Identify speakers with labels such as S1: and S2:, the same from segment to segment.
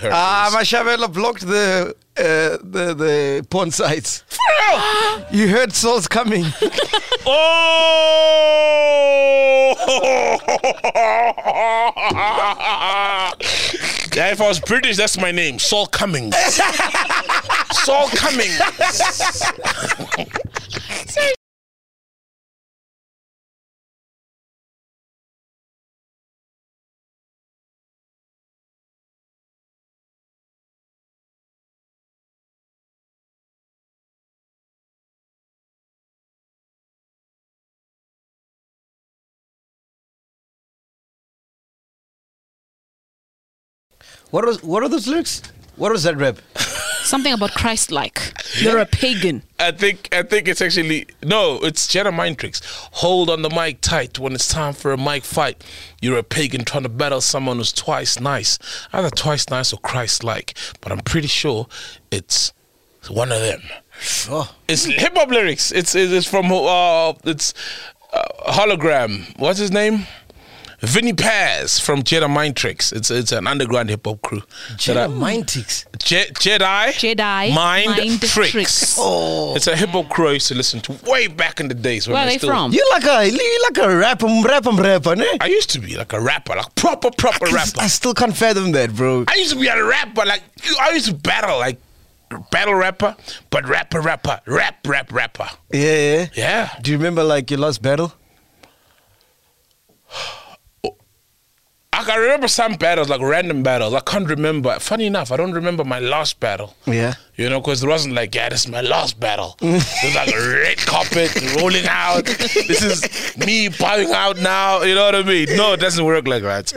S1: Herpes.
S2: Ah, Mashabela blocked the uh, the the porn sites. you heard souls coming.
S1: Oh! yeah, if I was British, that's my name, Saul Cummings. Saul Cummings.
S2: What was what are those lyrics? What was that rap?
S3: Something about Christ like. You're a pagan.
S1: I think I think it's actually no, it's Jenna Mind Tricks. Hold on the mic tight when it's time for a mic fight. You're a pagan trying to battle someone who's twice nice. Either twice nice or Christ like. But I'm pretty sure it's one of them.
S2: Oh,
S1: It's hip hop lyrics. It's it's it's from uh it's uh, hologram. What's his name? Vinny Paz from Jedi Mind Tricks. It's it's an underground hip hop crew. that I-
S2: Jedi mind ticks.
S1: Je- Jedi
S3: Jedi
S1: Mind,
S3: Mind
S1: Tricks.
S3: Tricks.
S2: Oh.
S1: It's a hip hop crew I used to listen to way back in the days. When
S3: Where are
S1: I
S3: they
S1: still,
S3: from?
S2: You like a you like a rapper, rapper, rapper, eh?
S1: I used to be like a rapper, like proper proper rapper.
S2: I still can't fathom that, bro.
S1: I used to be a rapper, like you- I used to battle like battle rapper, but rapper rapper rap rap rapper.
S2: Yeah, yeah.
S1: Yeah.
S2: Do you remember like your last battle?
S1: I can remember some battles, like random battles. I can't remember. Funny enough, I don't remember my last battle.
S2: Yeah.
S1: You know, because it wasn't like, yeah, this is my last battle. it was like a red carpet rolling out. This is me bowing out now. You know what I mean? No, it doesn't work like that.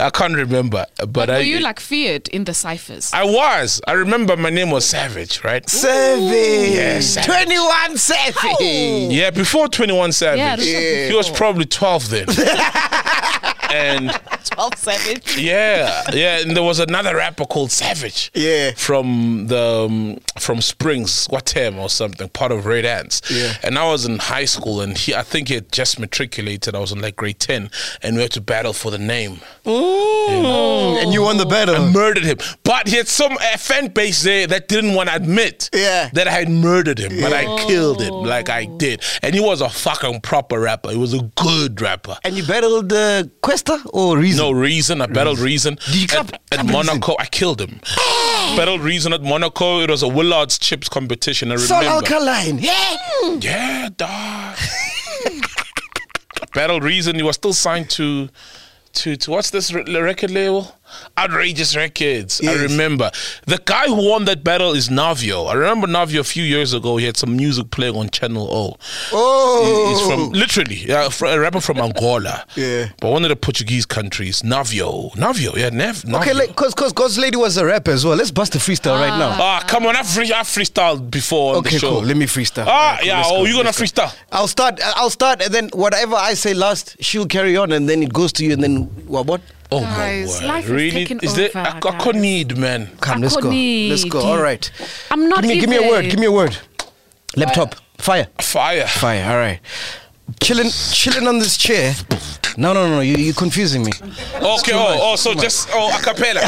S1: I can't remember. But,
S3: But
S1: I,
S3: were you like feared in the ciphers?
S1: I was. I remember my name was Savage, right?
S2: Savage.
S1: Yeah, Savage.
S2: 21 Savage.
S1: Yeah, before 21 Savage.
S3: Yeah, this was
S1: He was probably 12 then. and
S3: 12 savage.
S1: Yeah, yeah, and there was another rapper called Savage.
S2: Yeah.
S1: from the um, from Springs, Watem or something, part of Red Ants.
S2: Yeah.
S1: and I was in high school, and he, I think he had just matriculated. I was in like grade ten, and we had to battle for the name.
S2: Oh. And you won the
S1: I
S2: battle.
S1: murdered him, but he had some uh, fan base there that didn't want to admit
S2: Yeah.
S1: that I had murdered him, but I killed him like I did. And he was a fucking proper rapper. He was a good rapper.
S2: And you battled uh, Questa or Reason? Mm.
S1: No reason. I battled reason.
S2: Did you
S1: at,
S2: clap-
S1: at
S2: clap Reason? Eh.
S1: Monaco? I killed him. battled reason at Monaco. It was a Willard's chips competition. I
S2: Soul
S1: remember.
S2: Alkaline. Yeah.
S1: yeah, dog. battled reason. He was still signed to. To, to what's this re- record label? Outrageous Records. I
S2: Yes.
S1: remember the guy who won that battle is Navio. I remember Navio a few years ago. He had some music playing on Channel O.
S2: Oh.
S1: He's from literally yeah, fr- a rapper from Angola.
S2: Yeah.
S1: but one of the Portuguese countries, Navio, Navio, yeah, Nav. Navio.
S2: Okay, like, cause, cause God's Lady was a rapper as well. Let's bust the freestyle right now.
S1: ah, come on, I free, I freestyled before on
S2: Okay,
S1: the show.
S2: cool. Let me freestyle.
S1: ah,
S2: Alright, cool,
S1: yeah.
S2: let's
S1: Oh,
S2: go,
S1: you gonna
S2: let's go.
S1: freestyle?
S2: I'll start. I'll start, and then whatever I say last, she'll carry on, and then it goes to you, and then what? What?
S1: Oh
S3: Guys,
S1: my word!
S3: life is
S1: really?
S3: taking
S1: is there?
S3: over,
S1: I, I
S3: guys.
S1: could need man.
S2: Come, let's go. Let's go.
S3: Akonid.
S2: All right.
S3: I'm not
S2: Give me, give me a word.
S3: even-
S2: Give me a word. Laptop. Fire.
S1: Fire.
S2: Fire. All right. Chilling, chilling on this chair. No, no, no. You, you're confusing me.
S1: Okay. Oh, oh. So just oh, a cappella.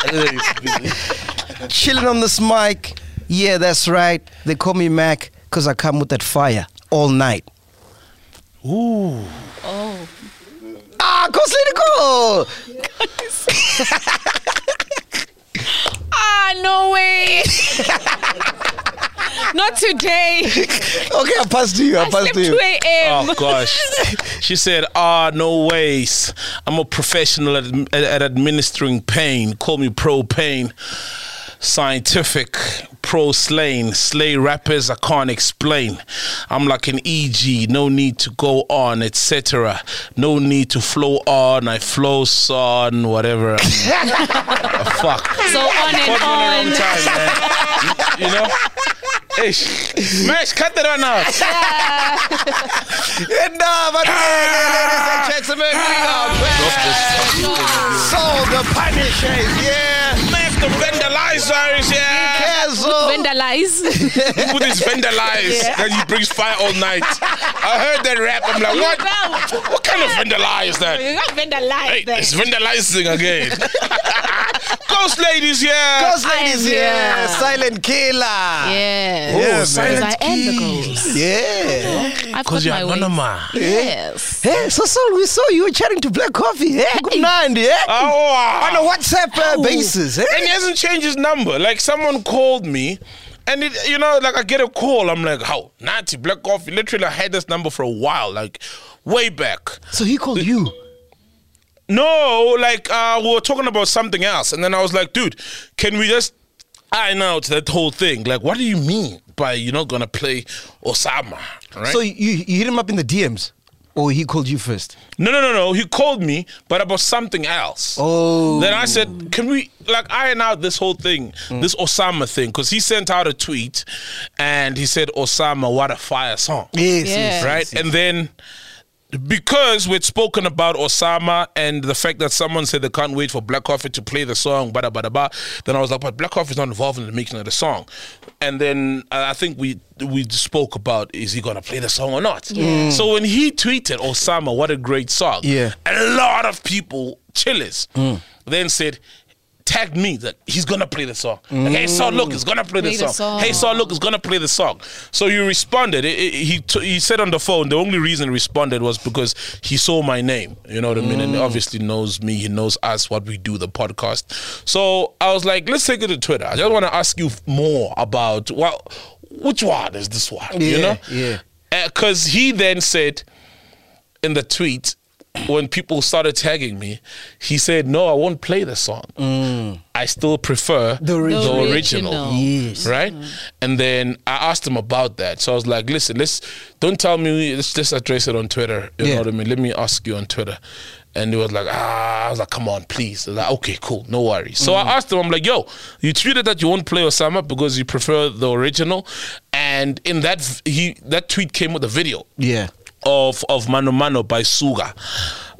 S1: Oh.
S2: chilling on this mic. Yeah, that's right. They call me Mac because I come with that fire all night.
S3: Oh.
S2: Ah, cause let it go.
S3: Ah, no way. not today.
S2: Okay, I passed to you. I
S3: I
S2: passed
S3: slept
S2: to you.
S3: 2 a.m.
S1: Oh gosh, she said, "Ah, no ways. I'm a professional at, at, at administering pain. Call me pro pain, scientific, pro slain, slay rappers. I can't explain. I'm like an EG. No need to go on, etc. No need to flow on. I flow on whatever. Fuck.
S3: So on
S1: Caught me on the
S3: and
S1: wrong
S3: on.
S1: time, man. You, you know." Ish. Mash, cut that on out.
S2: And now, my ladies and gentlemen, we are back. Soul the Punishers, yeah.
S1: Mash the vandalizers,
S3: Uh,
S1: yeah.
S2: Castle.
S3: Vandalize.
S1: Put his vendor lies that he brings fire all night. I heard that rap. I'm like, what?
S3: Well,
S1: What kind of vendor lie is that?
S3: you got vandalize
S1: Hey,
S3: there.
S1: it's vandalizing again. Ghost ladies, yeah.
S2: Ghost ladies,
S3: am
S2: yeah.
S3: here.
S2: Silent killer.
S3: Yes.
S1: Oh,
S2: Yeah,
S1: silent
S3: Because I am the
S1: killer.
S3: ghost.
S2: Yeah.
S3: I've got
S1: Because Oh, you're
S3: my ways.
S1: anonymous.
S3: Yes.
S2: Hey, so Sol, we saw you chatting to Black Coffee. Hey, good night, yeah. Uh, On a
S1: Oh,
S2: WhatsApp uh, basis. eh?
S1: and he hasn't changed his number. Like someone called me, and it, you know, like I get a call. I'm like, how? Natty Black Coffee. Literally, I had this number for a while, like way back.
S2: So he called you.
S1: No, like uh, we were talking about something else, and then I was like, dude, can we just iron out that whole thing? Like, what do you mean by you're not gonna play Osama? Right?
S2: So you, you hit him up in the DMs, or he called you first?
S1: No, no, no, no. He called me, but about something else.
S2: Oh.
S1: Then I said, can we like iron out this whole thing,
S2: Mm.
S1: this Osama thing? Because he sent out a tweet and he said, Osama, what a fire song.
S2: Yes,
S3: Yeah.
S2: yes.
S1: Right? And then because we'd spoken about Osama and the fact that someone said they can't wait for Black Coffee to play the song, bada bada ba, then I was like, but Black Coffee's not involved in the making of the song. And then uh, I think we we spoke about is he gonna play the song or not?
S3: Mm.
S1: So when he tweeted Osama, what a great song!
S2: Yeah. Mm.
S1: a lot of people chillers then said. Tagged me that he's gonna play the song.
S2: Mm.
S1: Like, hey, Saul, look, he's gonna play, the,
S3: Play the
S1: song.
S3: song.
S1: Hey, Saul, look, he's gonna play the song. So you responded. It- it- he t- he said on the phone. The only reason he responded was because he saw my name. You know what I mean?
S2: Mm.
S1: And he obviously knows me. He knows us. What we do, the podcast. So I was like, let's take it to Twitter. I just want to ask you f- more about what, which one is this one? you
S2: Yeah,
S1: know?
S2: yeah.
S1: Because he then said in the tweet when people started tagging me, he said, "No, I won't play the song. I still prefer
S2: The original.
S1: the
S3: The
S1: original."
S3: original.
S2: Mm. Yes. Mm.
S1: Right, and then I asked him about that. So I was like, "Listen, let's don't tell me. Let's just address it on Twitter. You
S2: Yeah.
S1: know what I mean? Let me ask you on Twitter." And he was like, "Ah," I was like, "Come on, please." I was like, "Okay, cool, no worries." So
S2: Mm.
S1: I asked him, "I'm like, yo, you tweeted that you won't play Osama because you prefer the original, and in that v- he that tweet came with a video
S2: Yeah.
S1: of of Mano Mano by Suga.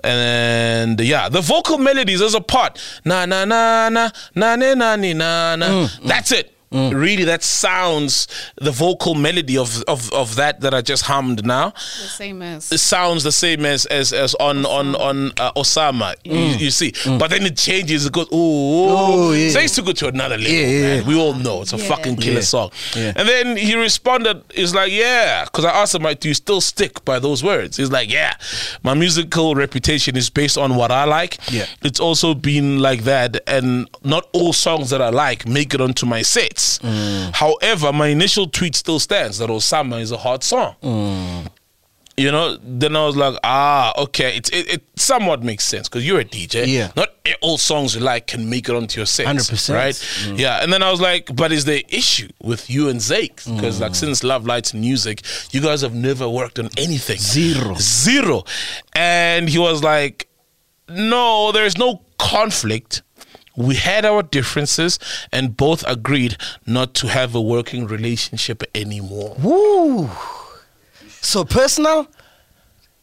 S1: And yeah, the vocal melodies as a part. Na na na na na na na ni, na na. That's it. Really, that sounds the vocal melody of, of of that that I just hummed now.
S3: The same
S1: It
S3: as.
S1: sounds the same as as, as on on on uh, Osama. You, you see, but then it changes. It goes oh,
S2: Mm. Oh, yeah.
S1: so I used to go to another level.
S2: Yeah, yeah,
S1: man.
S2: yeah.
S1: We all know it's a
S3: Yeah.
S1: fucking killer
S2: Yeah.
S1: song.
S2: Yeah.
S1: And then he responded, he's like, yeah, because I asked him, like, do you still stick by those words? He's like, yeah, my musical reputation is based on what I like.
S2: Yeah.
S1: It's also been like that, and not all songs that I like make it onto my sets.
S2: Mm.
S1: However, my initial tweet still stands that Osama is a hard song.
S2: Mm.
S1: You know, then I was like, ah, okay, it it, it somewhat makes sense because you're a DJ.
S2: Yeah.
S1: Not eh, all songs you like can make it onto your set.
S2: 100%.
S1: Right?
S2: Mm.
S1: Yeah. And then I was like, but is there issue with you and Zake?
S2: Mm.
S1: Because like since Love Lights and Music, you guys have never worked on anything.
S2: Zero.
S1: Zero. And he was like, no, there's no conflict. We had our differences and both agreed not to have a working relationship anymore.
S2: Woo. So personal?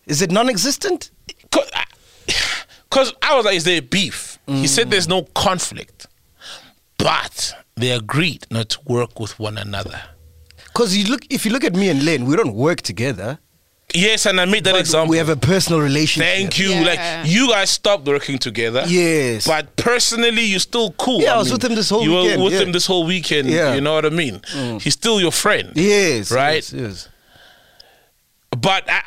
S2: Is it non existent?
S1: Cause I, 'cause I was like, is there beef? He said there's no conflict, but they agreed not to work with one another.
S2: Because you look, if you look at me and Len, we don't work together.
S1: Yes, and I made that example.
S2: We have a personal relationship.
S1: Thank you.
S3: Yeah.
S1: Like you guys stopped working together.
S2: Yes.
S1: But personally, you're still cool.
S2: Yeah, I was with him this whole
S1: you
S2: weekend,
S1: were with
S2: yeah.
S1: him this whole weekend.
S2: Yeah. Mm.
S1: You know what I mean? He's still your friend.
S2: Yes.
S1: Right?
S2: Yes. yes.
S1: But I,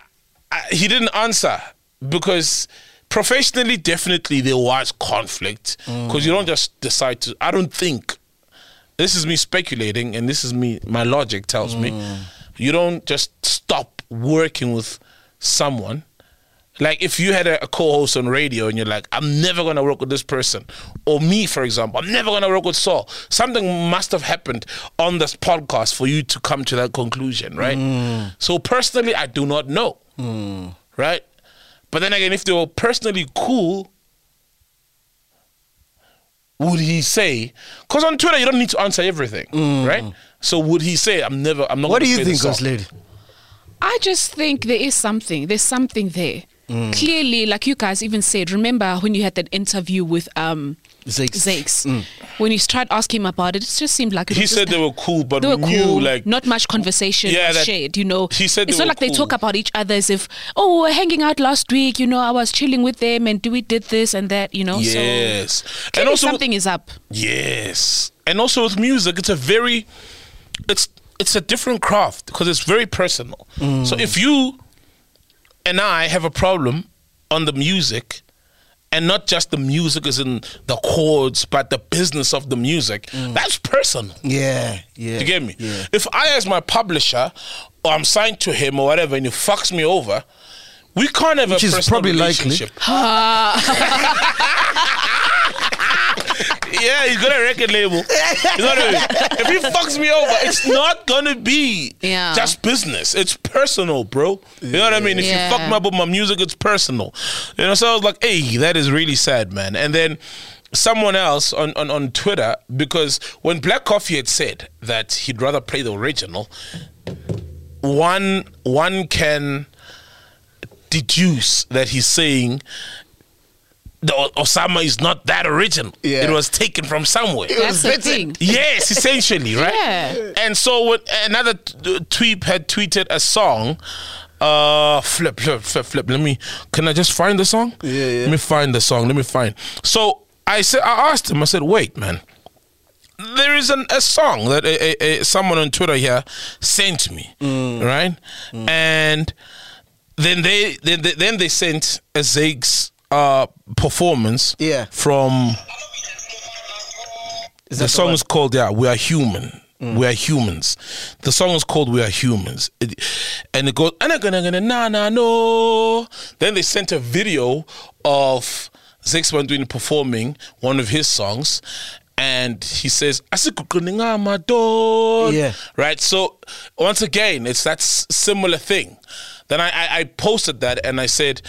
S1: I, he didn't answer because professionally, definitely there was conflict because you don't just decide to. I don't think this is me speculating, and this is me. My logic tells me you don't just stop working with someone. Like if you had a, a co-host on radio and you're like, I'm never gonna work with this person, or me, for example, I'm never gonna work with Saul. Something must have happened on this podcast for you to come to that conclusion, right?
S2: Mm.
S1: So personally, I do not know, right? But then again, if they were personally cool, would he say? Because on Twitter, you don't need to answer everything, right? So would he say, I'm never, I'm not.
S2: Mm. What do
S1: gonna play
S2: you
S1: the
S2: think,
S1: song?
S2: Ghost Lady?
S3: I just think there is something. There's something there.
S1: Mm.
S3: Clearly, like you guys even said, remember when you had that interview with um,
S2: Zakes.
S3: Zakes? When you tried asking him about it, it just seemed like it
S1: He
S3: was
S1: said
S3: just-
S1: they were cool, but
S3: they were
S1: knew
S3: cool.
S1: like
S3: not much conversation
S1: Yeah,
S3: was
S1: that-
S3: shared. You know,
S1: he said they
S3: it's not
S1: were
S3: like they talk
S1: cool.
S3: about each other as if, oh, we we're hanging out last week. You know, I was chilling with them, and we did this and that. You know, so
S1: yes, and
S3: clearly
S1: also
S3: something is up.
S1: yes, and also with music, it's a very, it's it's a different craft because it's very personal. So if you and I have a problem on the music. And not just the music is in the chords, but the business of the music. That's personal.
S2: Yeah, yeah.
S1: You get me?
S2: Yeah.
S1: If I, as my publisher, or I'm signed to him or whatever, and he fucks me over, we can't have
S2: Which
S1: a
S2: is
S1: personal
S2: probably likely.
S1: relationship. yeah, he's got a record label. You know what I mean? If he fucks me over, it's not gonna be
S3: Yeah.
S1: just business. It's personal, bro. You know what I mean? If
S3: Yeah.
S1: you fuck me up with my music, it's personal. You know, so I was like, hey, that is really sad, man. And then someone else on, on, on Twitter, because when Black Coffee had said that he'd rather play the original, one one can deduce that he's saying the O- Osama is not that original.
S2: Yeah.
S1: It was taken from somewhere.
S3: That's the
S2: Vincent.
S3: thing.
S1: yes, essentially, right?
S3: Yeah.
S1: And so when another t- uh, tweep had tweeted a song. Uh, flip, flip, flip, flip. Let me. Can I just find the song?
S2: Yeah, yeah.
S1: Let me find the song. Let me find. So I said, I asked him. I said, wait, man. There is an, a song that a, a, a, someone on Twitter here sent me,
S2: Mm.
S1: right? And then they then they, then they sent a Ziggs uh, performance
S2: Yeah.
S1: from
S2: Is
S1: the
S2: that Mm.
S1: song
S2: one?
S1: is called yeah we are human we are humans the song is called we are humans It- and it goes and gonna gonna na na no then they sent a video of Zix Bandwini performing one of his songs and he says "Asikukuninga madod."
S2: Yeah.
S1: right so once again it's that s- similar thing then I, I i posted that and i said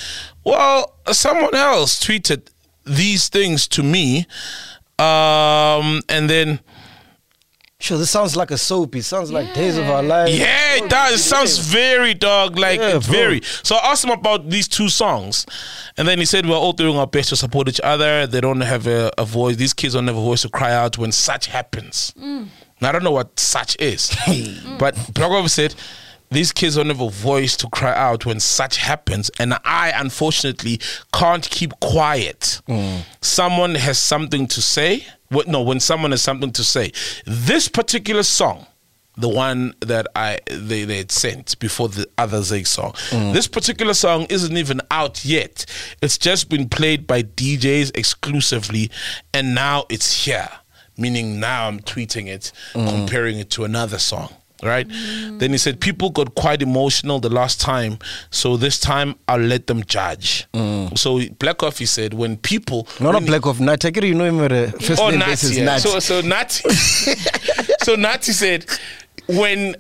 S1: well someone else tweeted these things to me um and then
S2: Sure, this sounds like a soap. It sounds like Days of Our Lives.
S1: yeah, it does. It sounds very dog like
S2: Yeah,
S1: it's
S2: bro.
S1: very. So I asked him about these two songs, and then he said we're all doing our best to support each other. They don't have a, a voice. These kids don't have a voice to cry out when such happens. Now, I don't know what such is,
S2: Mm.
S1: but Blogov said. These kids don't have a voice to cry out when such happens, and I unfortunately can't keep quiet.
S2: Mm.
S1: Someone has something to say. What, no, when someone has something to say, this particular song the one that I they, they had sent before the other Zig song. This particular song isn't even out yet. It's just been played by DJs exclusively, and now it's here. Meaning now I'm tweeting it, comparing it to another song. Right? Then he said, People got quite emotional the last time, so this time I'll let them judge. So Black Coffee said, When people.
S2: No,
S1: when-
S2: not Black of Night. Take it, you know him at a first
S1: Oh,
S2: name
S1: Nazi,
S2: basis.
S1: yeah.
S2: Nat.
S1: So so Nazi. so Nazi said when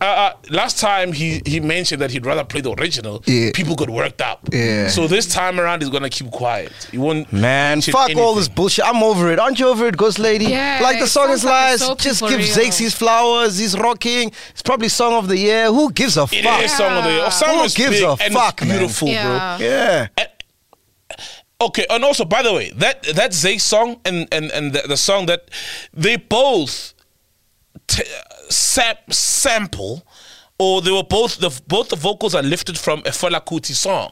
S1: uh, uh, last time he he mentioned that he'd rather play the original.
S2: Yeah.
S1: People got worked up.
S2: Yeah.
S1: So this time around he's gonna keep quiet. He won't
S2: Man,
S1: mention
S2: fuck all
S1: anything.
S2: this bullshit. I'm over it. Aren't you over it, Ghost Lady?
S3: Yeah,
S2: like the
S3: it
S2: song is
S3: sounds like
S2: lies.
S3: a soapy
S2: Just
S3: for
S2: give
S3: real.
S2: Zakes his flowers. He's rocking. It's probably song of the year. Who gives a
S1: It
S2: fuck?
S1: is song of the year.
S3: Yeah.
S1: Osama
S2: Who
S1: is
S2: gives
S1: big
S2: a
S1: and it's
S2: fuck, man?
S1: beautiful,
S3: Yeah.
S1: bro.
S2: Yeah.
S1: Okay, and also by the way, that that Zay song and and and the, the song that they both t- sam- sample, or they were both the both the vocals are lifted from a Fela Kuti song.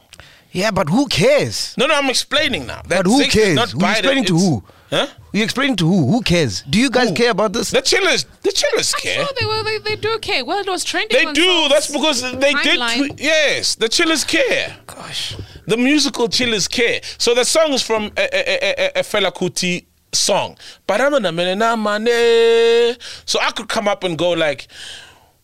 S2: Yeah, but who cares?
S1: No, no, I'm explaining now. That
S2: but who
S1: Zay is
S2: cares?
S1: not
S2: Who
S1: Biden,
S2: explaining to
S1: it's-
S2: who?
S1: Huh?
S2: You explaining to who? Who cares? Do you guys care about this?
S1: The chillers, the chillers
S3: I'm
S1: care.
S3: sure they, were, they they do care. Well, it was trending.
S1: They
S3: on
S1: do.
S3: songs.
S1: That's because they did.
S3: Timeline.
S1: Tweet. Yes, the chillers care.
S2: Gosh.
S1: The musical Chillers Care. So the song is from a, a, a, a, a Fela Kuti song. Ba-da-ma-na-ma-na-ma-ne. So I could come up and go like,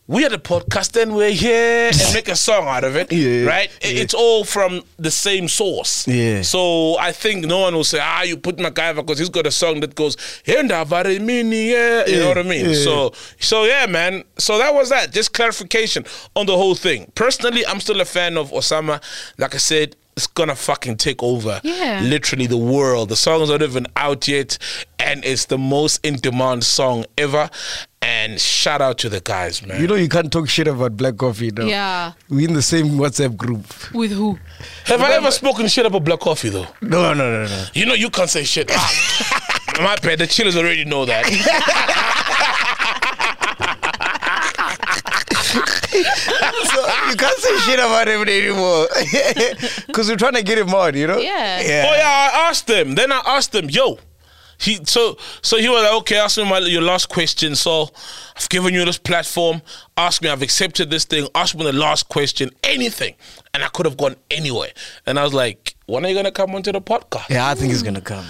S1: we are the podcast and we're here and make a song out of it,
S2: Yeah,
S1: right? I- It's all from the same source.
S2: Yeah.
S1: So I think no one will say, ah, you put MacGyver because he's got a song that goes, "Henda vare mini, yeah." you know what I mean?
S2: yeah.
S1: So, so yeah, man. So that was that. Just clarification on the whole thing. Personally, I'm still a fan of Osama. Like I said, it's gonna fucking take over.
S3: Yeah.
S1: Literally the world. The song's not even out yet, and it's the most in demand song ever. And shout out to the guys, man.
S2: You know you can't talk shit about black coffee now.
S3: Yeah.
S2: We're in the same WhatsApp group.
S3: With who?
S1: Have I ever spoken shit about black coffee though?
S2: No, no, no, no.
S1: You know you can't say shit. Ah, My bad, the chillers already know that.
S2: so you can't say shit about him anymore. Because we're trying to get him on, you know?
S3: Yeah.
S1: Oh yeah, I asked them. Then I asked them, yo. He so so he was like, okay, ask me my, your last question. So I've given you this platform. Ask me. I've accepted this thing. Ask me the last question. Anything, and I could have gone anywhere. And I was like, when are you gonna come onto the podcast?
S2: Yeah, I think he's going to come.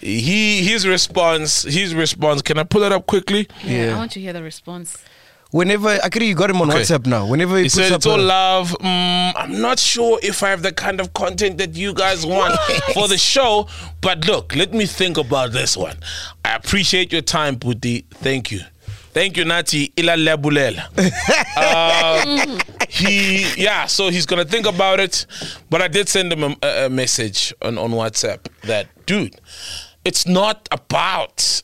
S1: He his response. His response. Can I pull it up quickly?
S3: I want to hear the response.
S2: Whenever, actually, you got him on
S1: Okay.
S2: WhatsApp now. Whenever
S1: He
S2: he puts
S1: said,
S2: up
S1: "It's all
S2: a-
S1: love. Mm, I'm not sure if I have the kind of content that you guys want for the show, but look, let me think about this one. I appreciate your time, Puti. Thank you." Thank you, Nati. Ilalebulela. Um, he, yeah, so he's gonna think about it. But I did send him a, a- a message on, on WhatsApp that, dude, it's not about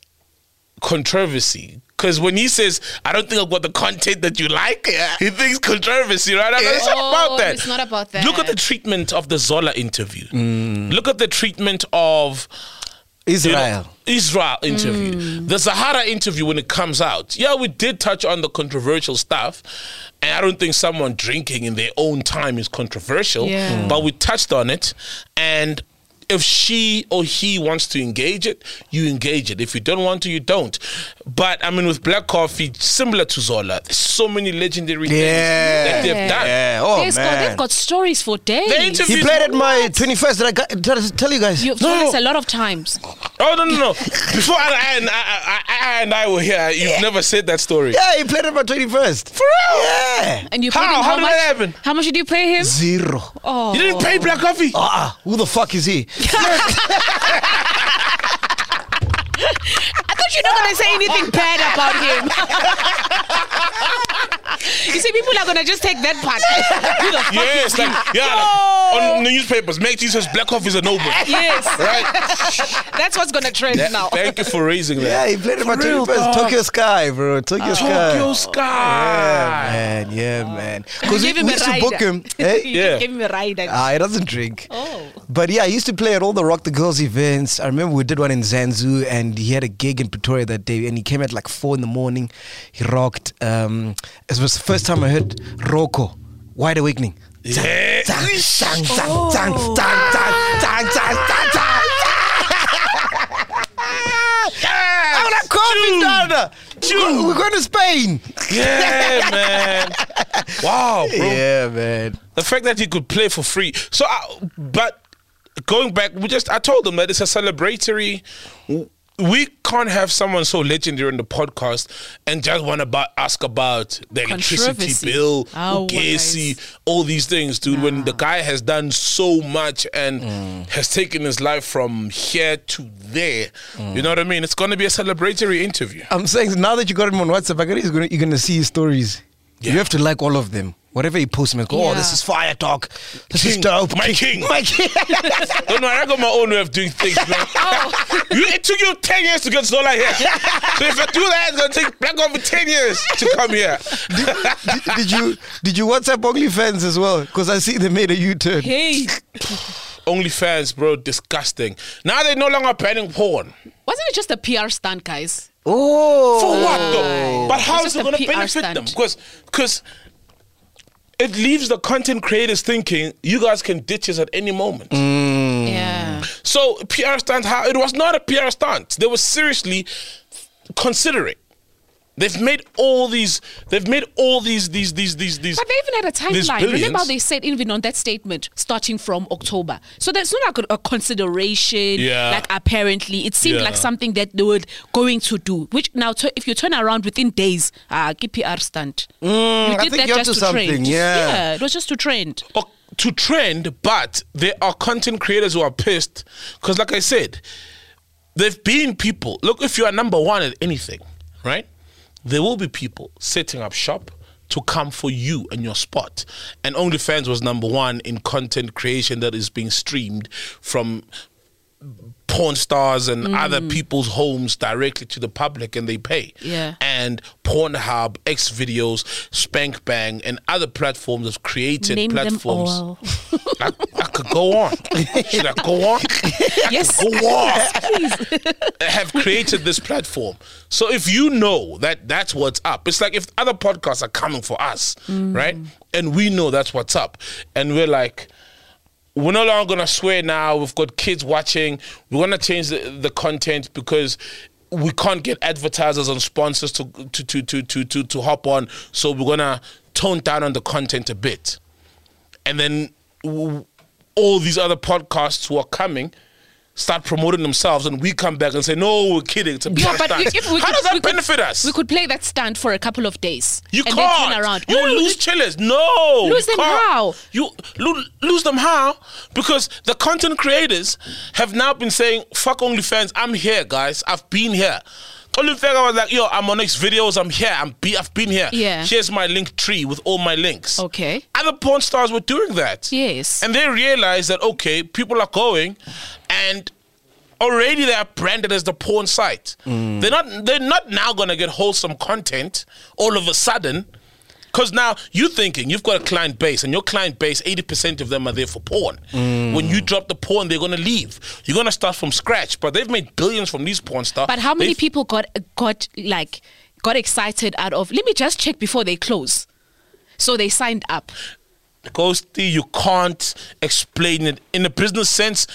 S1: controversy. Because when he says, I don't think I've got the content that you like, he thinks controversy, right? I'm like, it's not
S3: Oh,
S1: about that.
S3: it's not about that.
S1: Look at the treatment of the Zola interview. Look at the treatment of you know,
S2: Israel.
S1: Israel interview.
S3: Hmm.
S1: The Sahara interview when it comes out. Yeah, we did touch on the controversial stuff. And I don't think someone drinking in their own time is controversial.
S3: Yeah. Mm.
S1: But we touched on it. And if she or he wants to engage it, you engage it. If you don't want to, you don't. But I mean, with Black Coffee, similar to Zola, there's so many legendary
S2: Yeah.
S1: things that they've done.
S2: Yeah. Oh,
S3: They've got-
S2: man.
S3: they've got stories for days.
S1: They interview-
S2: he played at my 21st. Did I got- did I tell you guys?
S3: You've
S1: No,
S3: told
S1: no.
S3: us a lot of times.
S1: Oh, no, no, no. Before I and I, I, I, I and I were here, you've never said that story.
S2: Yeah, he played at my 21st. For real? Yeah.
S3: And you
S1: How?
S3: paid him
S1: How
S3: how
S1: did
S3: much?
S1: that happen?
S3: How much did you pay him?
S2: Zero.
S3: Oh.
S1: You didn't pay Black Coffee.
S2: Ah, who the fuck is he?
S3: I thought you're not gonna say anything bad about him. you see, people are gonna just take that part. Who the fuck is
S1: Yes,
S3: he?
S1: like yeah,
S3: No.
S1: like, on the newspapers, make these says black coffee is a noble.
S3: yes,
S1: Right?
S3: that's what's gonna trend
S1: Yeah,
S3: now.
S1: Thank you for raising
S2: yeah,
S1: that.
S2: he played at my
S1: real,
S2: 21st.
S1: dog. Ah.
S2: Tokyo Sky, bro. Tokyo Sky.
S1: Tokyo Sky.
S2: Man, yeah, man. Because
S3: You
S2: we,
S3: gave him
S2: we
S3: a
S2: used to book
S3: rider.
S2: him. eh?
S3: You
S1: Yeah.
S3: Give him a ride. and-
S2: Ah, he doesn't drink.
S3: Oh.
S2: But yeah, I used to play at all the Rock the Girls events. I remember we did one in Zanzu and he had a gig in Pretoria that day and he came at like four in the morning. He rocked. Um, it was the first time I heard Roko, Wide Awakening.
S1: Yeah.
S2: Tang, tang, tang, tang, tang, tang, tang, tang, tang, tang. I want a coffee, Donna. We're going to Spain.
S1: Yeah, man. Wow, bro.
S2: Yeah, man.
S1: The fact that he could play for free. So, I, but going back, we just I told them that it's a celebratory. We can't have someone so legendary on the podcast and just want to ba- ask about the
S3: Controversy.
S1: electricity bill,
S3: Oh,
S1: Ugesi, all these things, dude. When the guy has done so much and has taken his life from here to there, you know what I mean? It's going to be a celebratory interview.
S2: I'm saying now that you got him on WhatsApp, I guess he's gonna, you're going to see his stories. You
S1: Yeah.
S2: have to like all of them. Whatever he posts, man, go, oh, this
S3: Yeah.
S2: is fire talk. This is
S1: King.
S2: dope.
S1: My king.
S2: My king.
S1: No, no, I got my own way of doing things, man.
S3: Oh.
S1: You, it took you 10 years to get Zola here. So if I do that, it's going to take Black over 10 years to come here.
S2: did, did you did you WhatsApp OnlyFans as well? Because I see they made a U-turn.
S3: Hey,
S1: OnlyFans, bro, disgusting. Now they're no longer banning porn.
S3: wasn't it just a PR stunt, guys?
S2: Oh.
S1: For what, though? But how is it
S3: It's just a
S1: going to
S3: PR
S1: benefit them?
S3: stunt.
S1: Because because it leaves the content creators thinking you guys can ditch us at any moment. Mm.
S3: Yeah.
S1: So PR stunt, how it was not a PR stunt. They were seriously considering. They've made all these. They've made all these these these these these.
S3: But they even had a
S1: There's
S3: timeline.
S1: billions.
S3: Remember, how they said even on that statement, starting from October. So that's not like a, a consideration.
S1: Yeah.
S3: Like apparently, it seemed
S1: Yeah.
S3: like something that they were going to do. Which now, tu- if you turn around within days, ah, GPR stunt.
S1: Mm,
S3: you
S2: I think you're onto something,
S3: trend.
S2: yeah.
S3: yeah, it was just to trend.
S1: or to trend, but there are content creators who are pissed because, like I said, there've been people. Look, if you are number one at anything, right? There will be people setting up shop, to come for you and your spot. And OnlyFans was number one in content creation that is being streamed from porn stars and other people's homes directly to the public and they pay.
S3: Yeah.
S1: And Pornhub, X videos, Spank Bang and other platforms have created
S3: Name them
S1: platforms.
S3: all.
S1: I, I could go on. Should I go on?
S3: Yes.
S1: Go on
S3: Please.
S1: have created this platform. So if you know that that's what's up, it's like if other podcasts are coming for us,
S3: Mm.
S1: right? And we know that's what's up, and we're like, we're no longer gonna swear now. We've got kids watching. We're gonna change the, the content because we can't get advertisers and sponsors to to to to to to, to hop on. So we're gonna tone down on the content a bit and then w- all these other podcasts who are coming start promoting themselves, and we come back and say, "No, we're kidding." It's a
S3: Yeah,
S1: PR
S3: but
S1: stunt."
S3: if we
S1: how
S3: could,
S1: does that
S3: we could-
S1: benefit us?
S3: We could play that stunt for a couple of days.
S1: you
S3: and
S1: can't.
S3: Then turn around.
S1: You
S3: No, no, no,
S1: lose chillers. No.
S3: Lose
S1: you
S3: them
S1: can't.
S3: how?
S1: You lo- lose them how? Because the content creators have now been saying, "Fuck OnlyFans. I'm here, guys. I've been here." OnlyFans was like, "Yo, I'm on next videos. I'm here. I'm be- I've been here.
S3: Yeah.
S1: Here's my link tree with all my links."
S3: Okay.
S1: Other porn stars were doing that.
S3: Yes.
S1: And they realize that okay, people are going, and already they are branded as the porn site. They're not. They're not now gonna get wholesome content all of a sudden. Because now you're thinking you've got a client base, and your client base, 80% of them are there for porn. When you drop the porn, they're going to leave. You're going to start from scratch, but they've made billions from these porn stars.
S3: But how many
S1: They've-
S3: people got got like got excited out of? Let me just check before they close. So they signed up.
S1: Ghosty, you can't explain it in a business sense.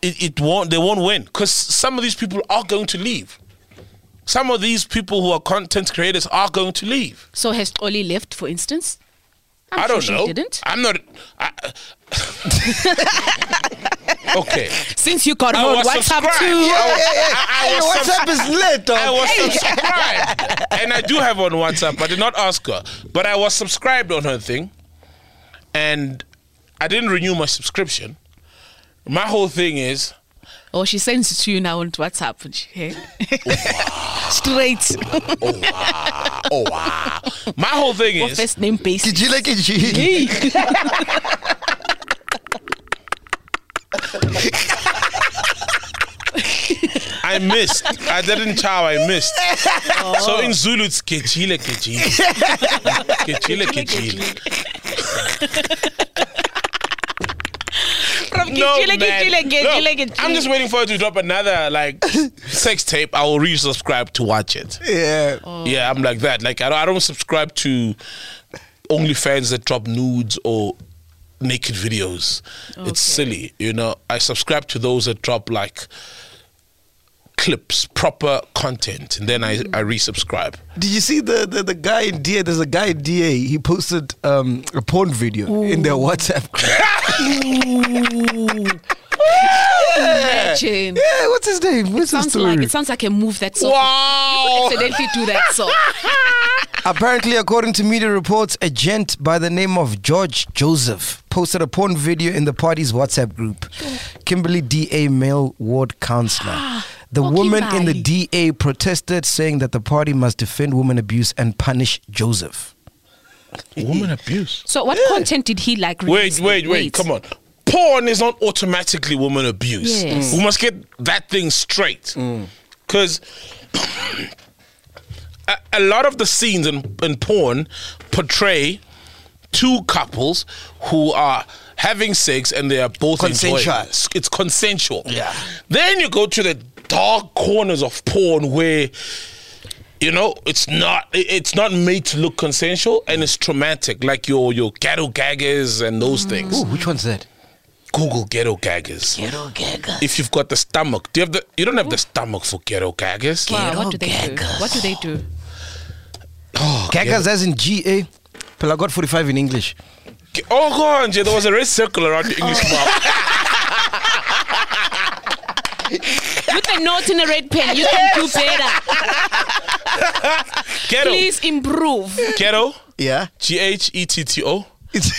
S1: It, it won't. They won't win because some of these people are going to leave. Some of these people who are content creators are going to leave.
S3: So has Oli left, for instance? I'm
S1: I do not
S3: sure
S1: know.
S3: She didn't.
S1: I'm not. I, okay.
S3: Since you got
S1: I
S3: her on
S1: was
S3: WhatsApp
S1: subscribed.
S3: too.
S1: I was-
S2: Hey,
S1: I- I
S2: hey,
S1: was
S2: what's
S1: subs-
S2: up is lit, dog.
S1: I was subscribed, and I do have on WhatsApp. I did not ask her, but I was subscribed on her thing, and I didn't renew my subscription. My whole thing is
S3: Or Oh, she sends it to you now on WhatsApp. and she- hey. Straight.
S1: Oh wow! My whole thing
S3: Or
S1: is
S3: first name basis.
S2: Did you like it? G?
S1: I missed. I didn't chow. I missed. So in Zulu it's kechile kechile kechile kechile.
S3: From
S1: No
S3: Gijile,
S1: man.
S3: Gijile, Gijile,
S1: Look,
S3: Gijile.
S1: I'm just waiting for her to drop another like sex tape. I will resubscribe to watch it.
S2: yeah.
S1: Yeah, I'm like that. Like I don't, I don't subscribe to OnlyFans that drop nudes or naked videos. It's silly, you know. I subscribe to those that drop like clips, proper content, and then I,
S3: Mm.
S1: I resubscribe.
S2: Did you see the, the, the guy in DA? There's a guy in DA. He posted um, a porn video in their WhatsApp group.
S3: Imagine.
S2: yeah, what's his name? What's his
S3: Sounds
S2: story?
S3: like it sounds like a move that's so
S1: Wow!
S3: accidentally do that. So
S2: Apparently, according to media reports, a gent by the name of George Joseph posted a porn video in the party's WhatsApp group. Kimberley DA male ward counselor. The
S3: Oh,
S2: woman in the
S3: Kimberly.
S2: DA protested, saying that the party must defend women abuse and punish Joseph.
S1: Woman abuse.
S3: So what content did he like
S1: Wait,
S3: release?
S1: wait, wait, Come on. Porn is not automatically woman abuse.
S3: Yes. Mm.
S1: We must get that thing straight.
S2: Mm.
S1: Because a, a lot of the scenes in, in porn portray two couples who are having sex and they are both enjoying it.
S2: Consensual.
S1: It's, it's consensual.
S2: Yeah.
S1: Then you go to the dark corners of porn where you know it's not it- it's not made to look consensual and it's traumatic like your your ghetto gaggers and those things
S2: Ooh, which one's that?
S1: google ghetto gaggers
S2: Ghetto gaggers.
S1: if you've got the stomach do you have the you don't have the stomach for ghetto gaggers
S3: Wow,
S2: Ghetto
S3: what do they do?
S2: gaggers.
S3: What do they do?
S2: Gaggers as in G-A. Well, I got 45 in English.
S1: Ge- oh god Jay, there was a red circle around
S3: Oh.
S1: the english mouth
S3: With a note in a red pen, you can do better.
S1: ghetto
S3: Please improve.
S1: ghetto E
S2: Yeah.
S1: g-h-e-t-t-o
S2: It's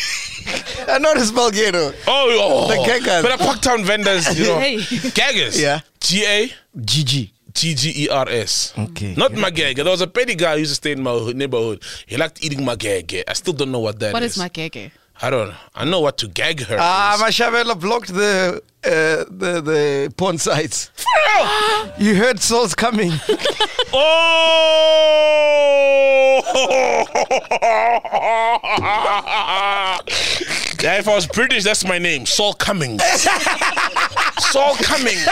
S2: I know how to spell ghetto.
S1: oh, oh.
S2: The gaggers.
S1: but i parked vendors you know
S3: Hey.
S1: gaggers
S2: Yeah.
S1: g-a
S2: GG.
S1: G G E R S.
S2: Okay.
S1: Not magege. There was a petty guy who used to stay in my ho- neighborhood. He liked eating magege. I still don't know what that is.
S3: What is magege?
S1: I don't know. I know what to gag her.
S2: Ah,
S1: is.
S2: Mashabela blocked the uh, the the porn sites.
S1: For real?
S2: You heard souls coming.
S1: Oh! yeah, if I was British, that's my name, Saul Cummings. Saul Cummings.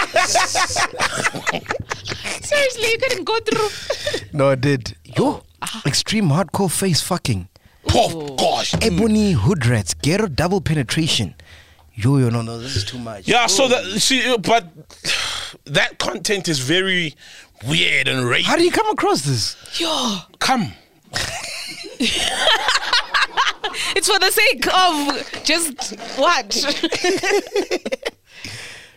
S3: Seriously, you couldn't go through.
S2: no, it did. Yo, extreme hardcore face fucking.
S1: Oh gosh.
S2: Ebony hood rats, ghetto double penetration. Yo, yo, no, no, this is too much.
S1: Yeah, so that see, but that content is very weird and racist.
S2: How do you come across this?
S3: Yo,
S1: come?
S3: it's for the sake of just what?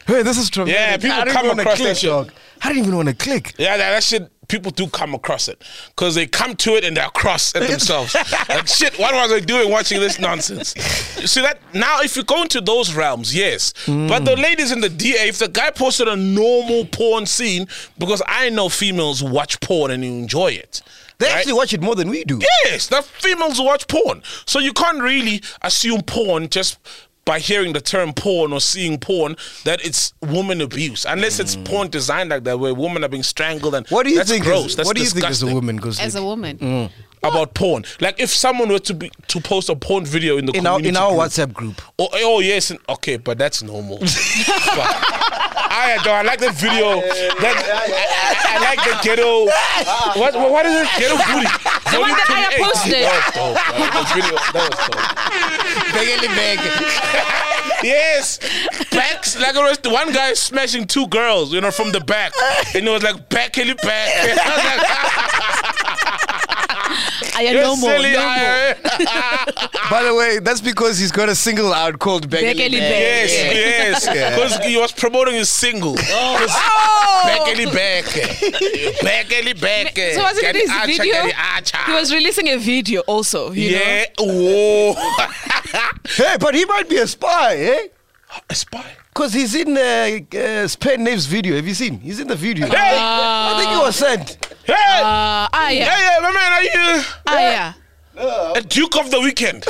S2: Hey, this is tremendous.
S1: Yeah, people
S2: I don't
S1: come
S2: even wanna
S1: across
S2: click,
S1: that shit.
S2: dog. I don't even want to click.
S1: Yeah, that, that shit. People do come across it because they come to it and they're cross at themselves. like shit, what was I doing watching this nonsense? You See that now? If you go into those realms, yes. But the ladies in the DA, if the guy posted a normal porn scene, because I know females watch porn and enjoy it.
S2: They
S1: right?
S2: actually watch it more than we do.
S1: Yes, the females watch porn. So you can't really assume porn just by hearing the term porn or seeing porn that it's woman abuse, unless it's porn designed like that, where women are being strangled and
S2: Mm. What do you
S1: that's
S2: think?
S1: Gross.
S2: Is,
S1: that's
S2: what do you
S1: disgusting.
S2: think is a woman goes
S3: As a woman.
S1: Mm. about porn? Like if someone were to be to post a porn video in the
S2: in our
S1: community
S2: in our
S1: group,
S2: WhatsApp group?
S1: Oh, oh yes, and- okay, but that's normal. But I adore. I like the video. That, I, I- I like the ghetto. What what- what is it? Ghetto booty. The
S3: one that I posted.
S1: That was dope. man. That was video. That was dope. Yes, backs like it was, one guy is smashing two girls, you know, from the back, and it was like back, Kelly, back. I was like, "Ah,
S3: I am
S1: "You're
S3: no more.
S1: silly,
S3: no more.
S1: I- eh?"
S2: By the way, that's because he's got a single out called Beggarly
S3: Beggarly
S2: Bag.
S3: Bag.
S1: Yes,
S3: Yeah. Oh.
S1: yes. Because he was promoting his single. Back any back. Back any back.
S3: So was it
S1: Get
S3: his
S1: archer,
S3: video?
S1: get archer.
S3: He was releasing a video also. You Know?
S1: Yeah. Whoa.
S2: Hey, but he might be a spy, eh?
S1: A spy.
S2: Because he's in uh, uh, Spain Nave's video. Have you seen? He's in the video.
S1: Hey!
S2: I think he was sent.
S1: Hey!
S3: Uh, ah
S1: hey,
S3: yeah.
S1: hey, my man, are you
S3: Ah yeah.
S1: a duke of the weekend?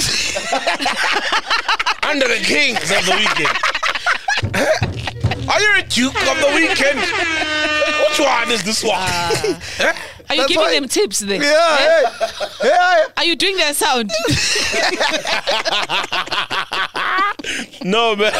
S1: Under the kings of the weekend. Are you a duke of the weekend? Which one is this one?
S3: Uh,
S1: Huh?
S3: Are you
S2: That's
S3: giving
S2: why-
S3: them tips then? Eh?
S2: Yeah, hey. yeah.
S3: Are you doing their sound?
S1: No, man.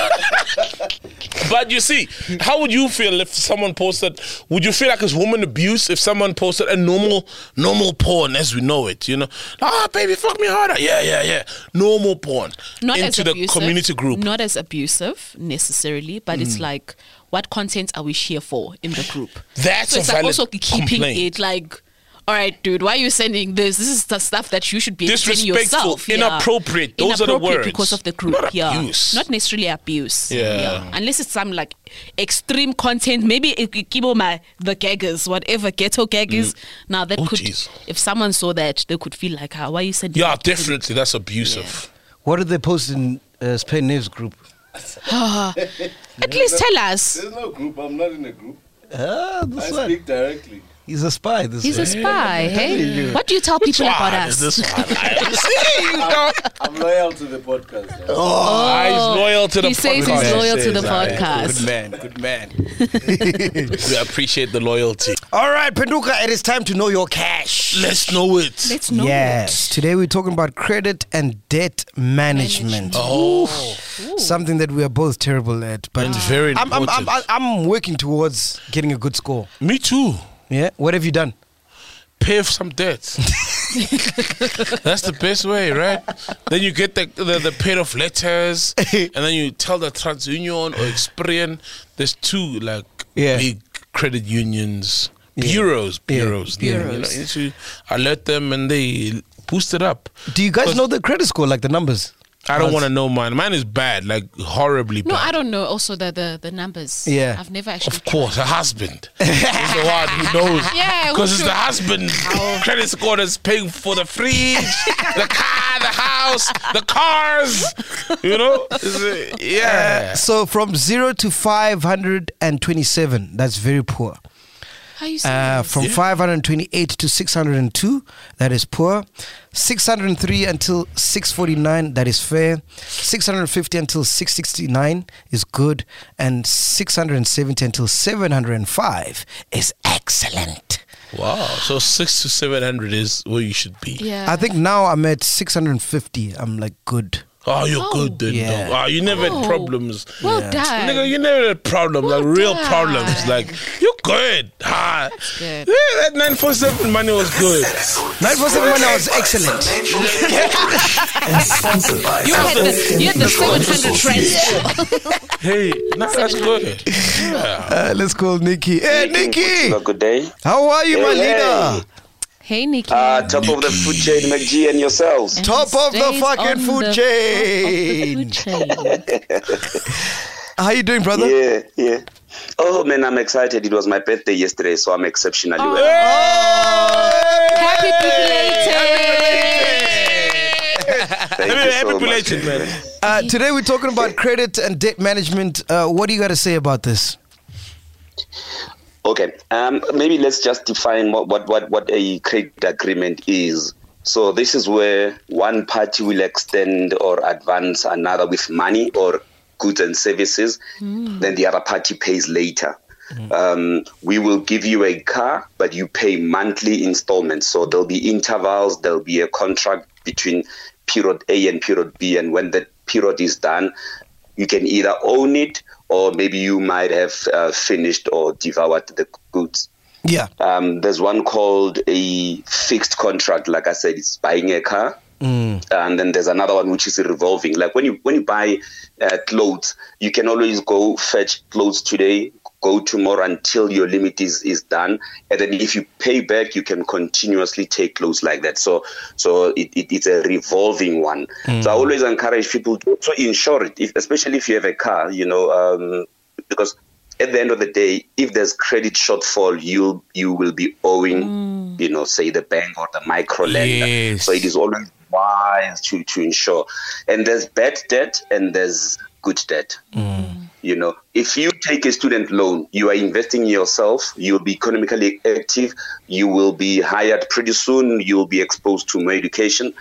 S1: but you see, how would you feel if someone posted? Would you feel like it's woman abuse if someone posted a normal, normal porn as we know it? You know, ah, baby, fuck me harder. Yeah, yeah, yeah. Normal porn
S3: Not
S1: into
S3: as
S1: the
S3: abusive,
S1: community group. Mm.
S3: Not as abusive necessarily, but it's like what content are we here for in the group?
S1: That's
S3: so
S1: a
S3: it's like
S1: valid
S3: also keeping
S1: complaint.
S3: it like all right, dude, why are you sending this? This is the stuff that you should be sending
S1: Disrespectful,
S3: yourself. Yeah.
S1: inappropriate, those are the
S3: Inappropriate
S1: words.
S3: because of the group.
S1: Not
S3: yeah.
S1: abuse.
S3: Not necessarily abuse.
S1: Yeah.
S3: Unless it's some like extreme content, maybe it could keep all my the gaggers, whatever ghetto gaggers. Now that
S1: Oh,
S3: could,
S1: jeez.
S3: if someone saw that, they could feel like, ah, why are you sending?
S1: Yeah,
S3: that to me?
S1: definitely, that's abusive.
S2: What did they post in uh, Spain Nave's group?
S3: At least tell us.
S4: There's no group. I'm not in a group.
S2: Ah,
S4: I
S2: this one.
S4: speak directly.
S2: He's a spy. This
S3: He's
S2: one.
S3: a spy. Hey, what do you tell people
S1: Which
S3: about
S1: one is
S3: us?
S1: this one? I see, you know.
S4: I'm loyal to the podcast.
S1: Ah, he's loyal to the
S3: Oh. He says
S1: podcast.
S3: he's loyal to the
S1: Says,
S3: podcast.
S2: Good man, good man.
S1: ah, We appreciate the loyalty.
S2: All right, Penduka, it is time to know your cash.
S1: Let's know it.
S3: Let's know.
S2: Yes, today we're talking about credit and debt management.
S1: oh,
S2: Something that we are both terrible at, but
S1: it's very
S2: I'm, I'm,
S1: important.
S2: I'm, I'm- I'm working towards getting a good score.
S1: Me too.
S2: Yeah, what have you done?
S1: pay off some debts. That's the best way, right? Then you get the the, the paid off letters, and then you tell the TransUnion or Experian. There's two like
S2: Yeah.
S1: big credit unions, bureaus,
S2: Yeah.
S1: bureaus. there, You know,
S3: Bureaus.
S1: and so you alert them, and they boost it up.
S2: Do you guys
S1: 'Cause
S2: know the credit score, like the numbers?
S1: I don't
S2: How's-
S1: want to know mine. Mine is bad, like horribly
S3: No,
S1: bad.
S3: I don't know. Also, the the, the numbers.
S2: Yeah.
S3: I've never actually.
S1: Of course, a husband is the one who knows.
S3: Yeah, who
S1: because it's
S3: should-
S1: the husband. Credit score that's paying for the fridge, the car, the house, the cars. You know, It's, uh, yeah.
S2: So from zero to 527, that's very poor.
S3: Are you
S2: uh,
S3: serious?
S2: from 528 to 602, that is poor. 603 until 649, that is fair. 650 until 669 is good. And 670 until 705 is excellent.
S1: Wow. So six to seven hundred is where you should be.
S3: yeah.
S2: I think now I'm at 650. I'm like good.
S1: Oh, you're
S3: Oh.
S1: good then.
S2: Yeah.
S1: dog. Oh, you never
S3: Oh.
S1: had problems.
S3: Well
S2: Yeah.
S3: done.
S1: Nigga, you never had problems,
S3: Well
S1: like real
S3: done.
S1: problems. Like you good. Ah.
S3: good.
S1: Yeah, that nine four seven money was good.
S2: 947 money was excellent.
S5: and sponsored by
S3: You had the, you had the 700 trends.
S1: hey, nah, that's good.
S2: Uh, let's call Nikki. Hey, Nikki!
S6: Good day.
S2: How are you, my
S6: Hey, hey.
S2: leader?
S3: Hey, Nikki.
S6: Uh, top of the food chain, McG and yourselves.
S3: And
S2: Top of the
S3: stays
S2: fucking
S3: on
S2: food
S3: the
S2: chain.
S3: top of the food chain.
S2: How you doing, brother?
S6: Yeah, yeah. Oh man, I'm excited. It was my birthday yesterday, so I'm exceptionally
S2: Oh,
S6: well.
S3: Happy
S6: Thank
S1: Happy-
S6: you
S1: happy
S6: so much.
S1: belated, man.
S2: Uh, today we're talking about credit and debt management. Uh, what do you got to say about this?
S6: Okay. Um, maybe let's just define what, what, what, what a credit agreement is. So this is where one party will extend or advance another with money or goods and services, then the other party pays later. Um, we will give you a car, but you pay monthly installments. So there'll be intervals, there'll be a contract between period A and period B, and when that period is done, you can either own it or maybe you might have uh, finished or devoured the goods.
S2: Yeah.
S6: Um, there's one called a fixed contract. Like I said, it's buying a car. And then there's another one which is revolving. Like when you when you buy uh, clothes, you can always go fetch clothes today, go tomorrow until your limit is, is done. And then if you pay back, you can continuously take clothes like that. So so it, it, it's a revolving one. So I always encourage people to also insure it, if, especially if you have a car. You know, um, because at the end of the day, if there's credit shortfall, you you will be owing, you know, say the bank or the micro lender.
S1: Yes.
S6: So it is always wise to to insure. And there's bad debt and there's good debt. You know, if you take a student loan, you are investing in yourself. You'll be economically active. You will be hired pretty soon. You'll be exposed to more education,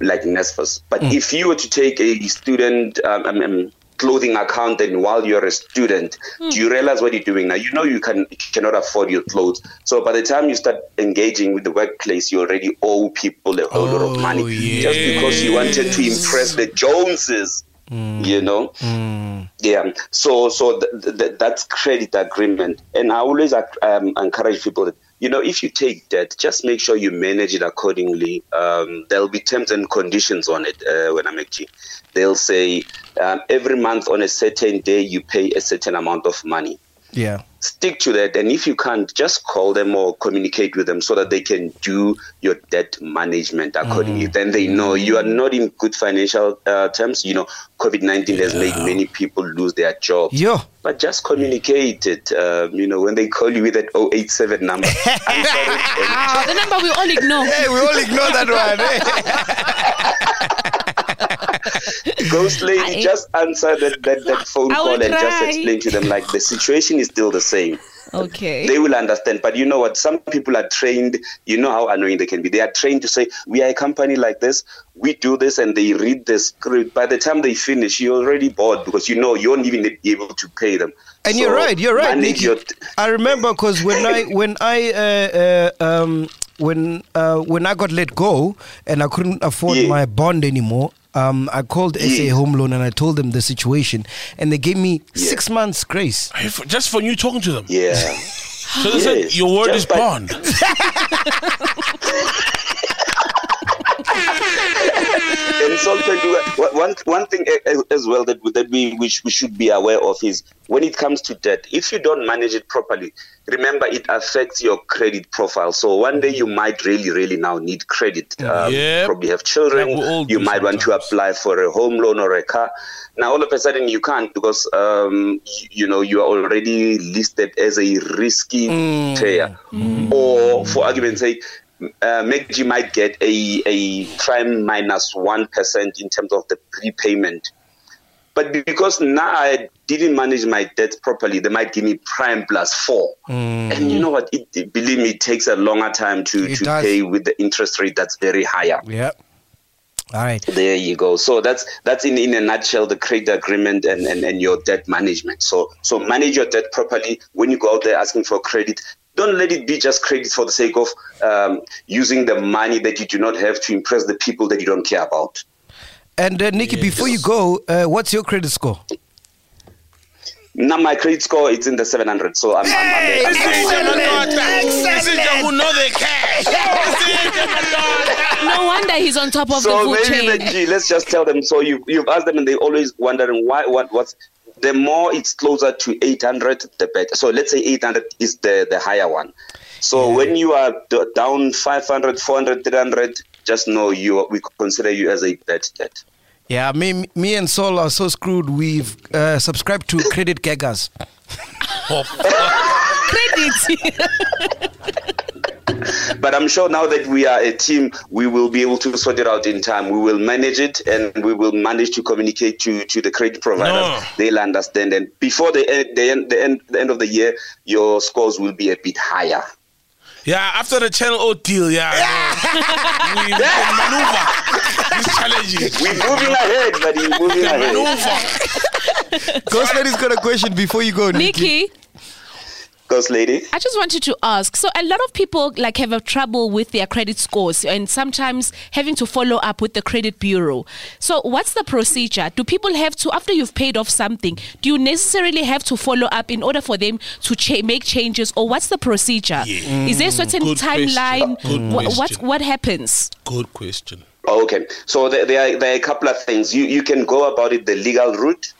S6: like NSFAS. But if you were to take a student um, um, um, clothing account, and while you're a student, do you realize what you're doing now? You know you can you cannot afford your clothes. So by the time you start engaging with the workplace, you already owe people a whole lot of money just because you wanted to impress the Joneses. You know. Yeah. So so th- th- th- that's credit agreement, and I always ac- um, encourage people that you know if you take debt, just make sure you manage it accordingly. Um, there'll be terms and conditions on it uh, when I'm actually. They'll say um, every month on a certain day you pay a certain amount of money
S2: Yeah.
S6: stick to that and if you can't just call them or communicate with them so that they can do your debt management accordingly then they know you are not in good financial uh, terms you know covid-19 has made many people lose their jobs
S2: Yeah.
S6: but just communicate it um, you know when they call you with that 087 number I'm sorry, and-
S3: Oh, the number we all ignore.
S2: Hey, we all ignore that one.
S6: eh? Ghost lady,
S3: I-
S6: just answer that, that, that phone
S3: I will
S6: call and just
S3: try.
S6: explain to them like the situation is still the same.
S3: Okay.
S6: they will understand. But you know what? Some people are trained. You know how annoying they can be. They are trained to say, "We are a company like this. We do this," and they read the script. By the time they finish, you're already bored because you know you won't even be able to pay them.
S2: And
S6: So
S2: you're right. You're right,
S6: manage
S2: Nikki.
S6: your-
S2: I remember because when I when I uh, uh, um, when uh, when I got let go and I couldn't afford
S6: Yeah.
S2: my bond anymore. Um, I called SA
S6: Yeah.
S2: Home Loan and I told them the situation, and they gave me
S6: Yeah.
S2: six months grace.
S1: Hey, for- Just for you talking to them.
S6: yeah.
S1: So they said
S6: Yes.
S1: your word
S6: Just
S1: is
S6: by-
S1: bond.
S6: and so can do one- one one thing a- a- as well that that we which we should be aware of is when it comes to debt if you don't manage it properly remember it affects your credit profile so one day you might really really now need credit um,
S1: Yep.
S6: probably have children
S1: Like we all
S6: you
S1: do
S6: might want to
S1: sometimes.
S6: apply for a home loan or a car now all of a sudden you can't because um, you, you know you are already listed as a risky
S1: Mm.
S6: payer or for argument's sake uh, Meg might get a, a prime minus 1% in terms of the prepayment But be- because now I didn't manage my debt properly, they might give me prime plus four.
S1: Mm.
S6: And you know what? It, it- believe me, it takes a longer time to,
S2: It
S6: to
S2: does.
S6: pay with the interest rate that's very higher.
S2: Yeah. All right.
S6: There you go. So that's that's in, in a nutshell the credit agreement and, and, and your debt management. So so manage your debt properly when you go out there asking for credit. Don't let it be just credit for the sake of um, using the money that you do not have to impress the people that you don't care about.
S2: And uh, Nikki, before you go, uh, what's your credit score?
S6: Now my credit score it's in the 700. So I'm, I'm, I'm, I'm, I'm
S3: No wonder he's on top of
S6: so
S3: the food
S6: maybe
S3: chain.
S6: the G, let's just tell them. So you you've asked them, and they're always wondering why what what's the more it's closer to 800, the better. So let's say 800 is the the higher one. So when you are d- down 500, 400, 300, just know you are- we consider you as a bad debt.
S2: Yeah, me, me and Sol are so screwed. We've uh, subscribed to credit gaggers.
S3: Credit.
S6: But I'm sure now that we are a team, we will be able to sort it out in time. We will manage it, and we will manage to communicate to, to the credit providers.
S1: No.
S6: They'll understand, and before the end, the end, the end, the end of the year, your scores will be a bit higher.
S1: Yeah, after the Channel O deal, yeah. we, we can maneuver these challenges.
S6: We're moving ahead, buddy.
S1: We
S6: Moving
S1: can
S6: ahead.
S1: maneuver.
S2: Ghost Lady's got a question before you go,
S3: Nikki,
S6: Ghost lady.
S3: I just wanted to ask. So a lot of people like have a trouble with their credit scores and sometimes having to follow up with the credit bureau. So what's the procedure? Do people have to after you've paid off something, do you necessarily have to follow up in order for them to cha- make changes or what's the procedure? Is there a certain
S1: Good question.
S3: timeline?
S1: Good
S3: Wha- what
S1: question.
S3: what happens?
S1: Good question.
S6: Okay. So there, there, are, there are a couple of things. You, you can go about it the legal route,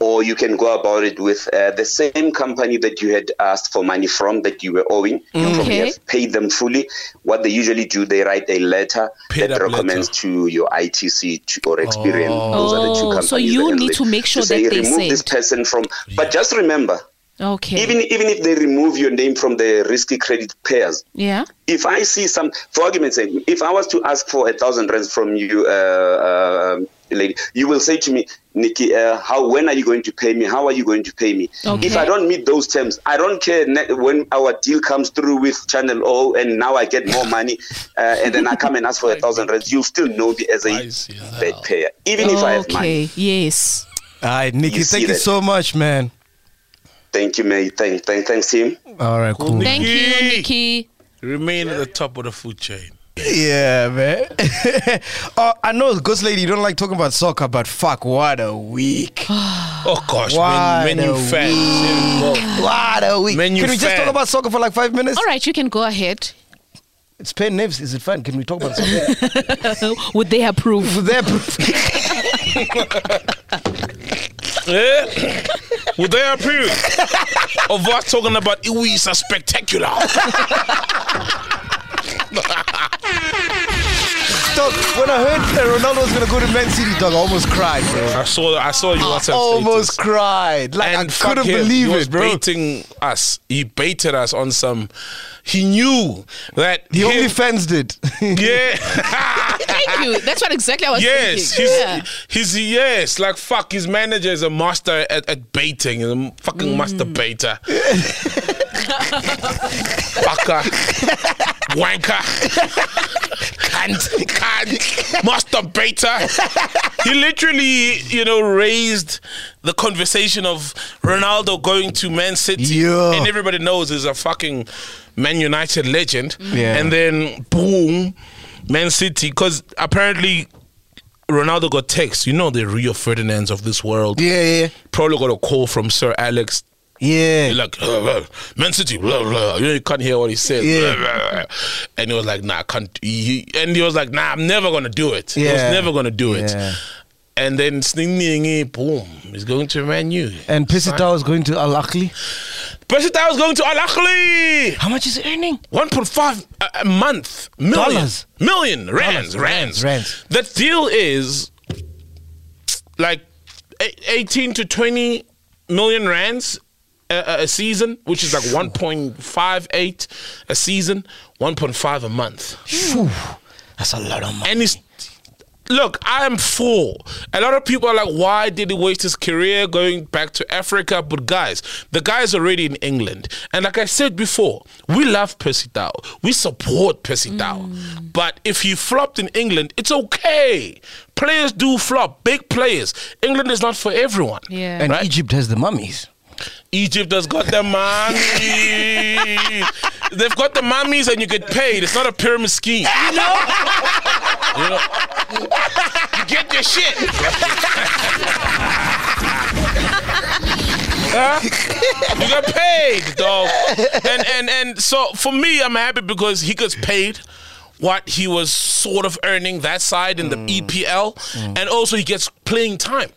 S6: or you can go about it with uh, the same company that you had asked for money from that you were owing. You
S3: Mm-hmm.
S6: probably
S3: Okay.
S6: have paid them fully. What they usually do, they write a letter
S1: Paid
S6: that
S1: up
S6: recommends
S1: letter.
S6: to your ITC to, or Experian. Those are the two
S3: Oh,
S6: companies.
S3: so you
S6: that handle
S3: need
S6: it,
S3: to make sure
S6: say,
S3: that they
S6: remove this
S3: said.
S6: person from. But just remember,
S3: Okay.
S6: even even if they remove your name from the risky credit pairs,
S3: yeah.
S6: if I see some, for argument's sake, if I was to ask for a thousand rands from you, uh, um, lady, you will say to me, Nikki, uh, how when are you going to pay me? How are you going to pay me?
S3: Okay.
S6: If I don't meet those terms, I don't care ne- when our deal comes through with Channel O, and now I get more money, uh, and then I come and ask for a thousand rands. You still know me as
S1: I
S6: a
S1: see that.
S6: bad payer, even if I have money.
S3: okay. Yes.
S2: All right, Nikki,
S6: You see
S2: thank you
S6: that.
S2: so much, man.
S6: Thank you, May. Thank, thank, thanks, him.
S2: All right, cool.
S3: Thank you,
S1: Nikki.
S3: Nikki.
S1: Remain at the top of the food chain.
S2: Yeah, man. uh, I know, Ghost Lady, you don't like talking about soccer, but fuck, what a week.
S1: Oh gosh,
S2: Why
S1: when, when
S2: the
S1: you fans involved.
S2: what a week.
S1: Man, you
S2: Can we just
S1: fan.
S2: talk about soccer for like five minutes?
S3: All right, you can go ahead.
S2: It's pen names. Is it fun? Can we talk about soccer?
S3: Would they approve?
S2: For their proof.
S1: Eh? Would they approve of us talking about Iwisa spectacular?
S2: Dog, when I heard that Ronaldo was gonna go to Man City, dog, I almost cried, bro.
S1: I saw I saw you
S2: I
S1: WhatsApp
S2: almost
S1: status.
S2: cried. Like I
S1: fuck
S2: couldn't
S1: him,
S2: believe
S1: he was
S2: it, bro.
S1: Baiting us, he baited us on some. He knew that
S2: The
S1: him-
S2: only fans did.
S1: yeah.
S3: Thank you. That's what exactly I was
S1: Yes,
S3: thinking.
S1: he's, he's yes, like fuck. His manager is a master at, at baiting. He's a fucking
S3: Mm.
S1: master baiter. Fucker, wanker, cunt, cunt, master baiter. He literally, you know, raised the conversation of Ronaldo going to Man City,
S2: Yeah.
S1: and everybody knows he's a fucking Man United legend.
S2: Yeah.
S1: And then boom, Man City, because apparently Ronaldo got texts. You know the Rio Ferdinands of this world.
S2: yeah, yeah.
S1: Probably got a call from Sir Alex.
S2: Yeah.
S1: You're like, "Uh, uh, Man City, blah, blah." You, know, you can't hear what he says.
S2: Yeah.
S1: Blah, blah, blah. And he was like, nah, I can't. He, and he was like, nah, I'm never going to do it. He was
S2: Yeah.
S1: never going to do it.
S2: Yeah.
S1: And then, sningy, boom, he's going to Man U.
S2: And Pisitao is going to Al Akhli.
S1: Besiktas was going to Al Ahly.
S2: How much is he earning?
S1: 1.5 uh, a- a month million
S2: Dollars.
S1: million rands
S2: Dollars,
S1: rands
S2: rands, rands.
S1: the deal is like e- 18 to 20 million rands a, a- a season which is like 1.58 a season 1.5 a month
S2: That's a lot of money.
S1: and it's look, I am for. A lot of people are like, why did he waste his career going back to Africa? But guys, the guy's already in England. And like I said before, we love Percy Dow. We support Percy Dow. But if he flopped in England, it's okay. Players do flop, big players. England is not for everyone.
S3: Yeah.
S2: And
S1: Right?
S2: Egypt has the mummies.
S1: Egypt has got the mummies. They've got the mummies and you get paid. It's not a pyramid scheme. You know? you get your shit. Huh? You get paid, dog. And and and so for me, I'm happy because he gets paid what he was sort of earning that side in the
S2: Mm.
S1: EPL, and also he gets playing time.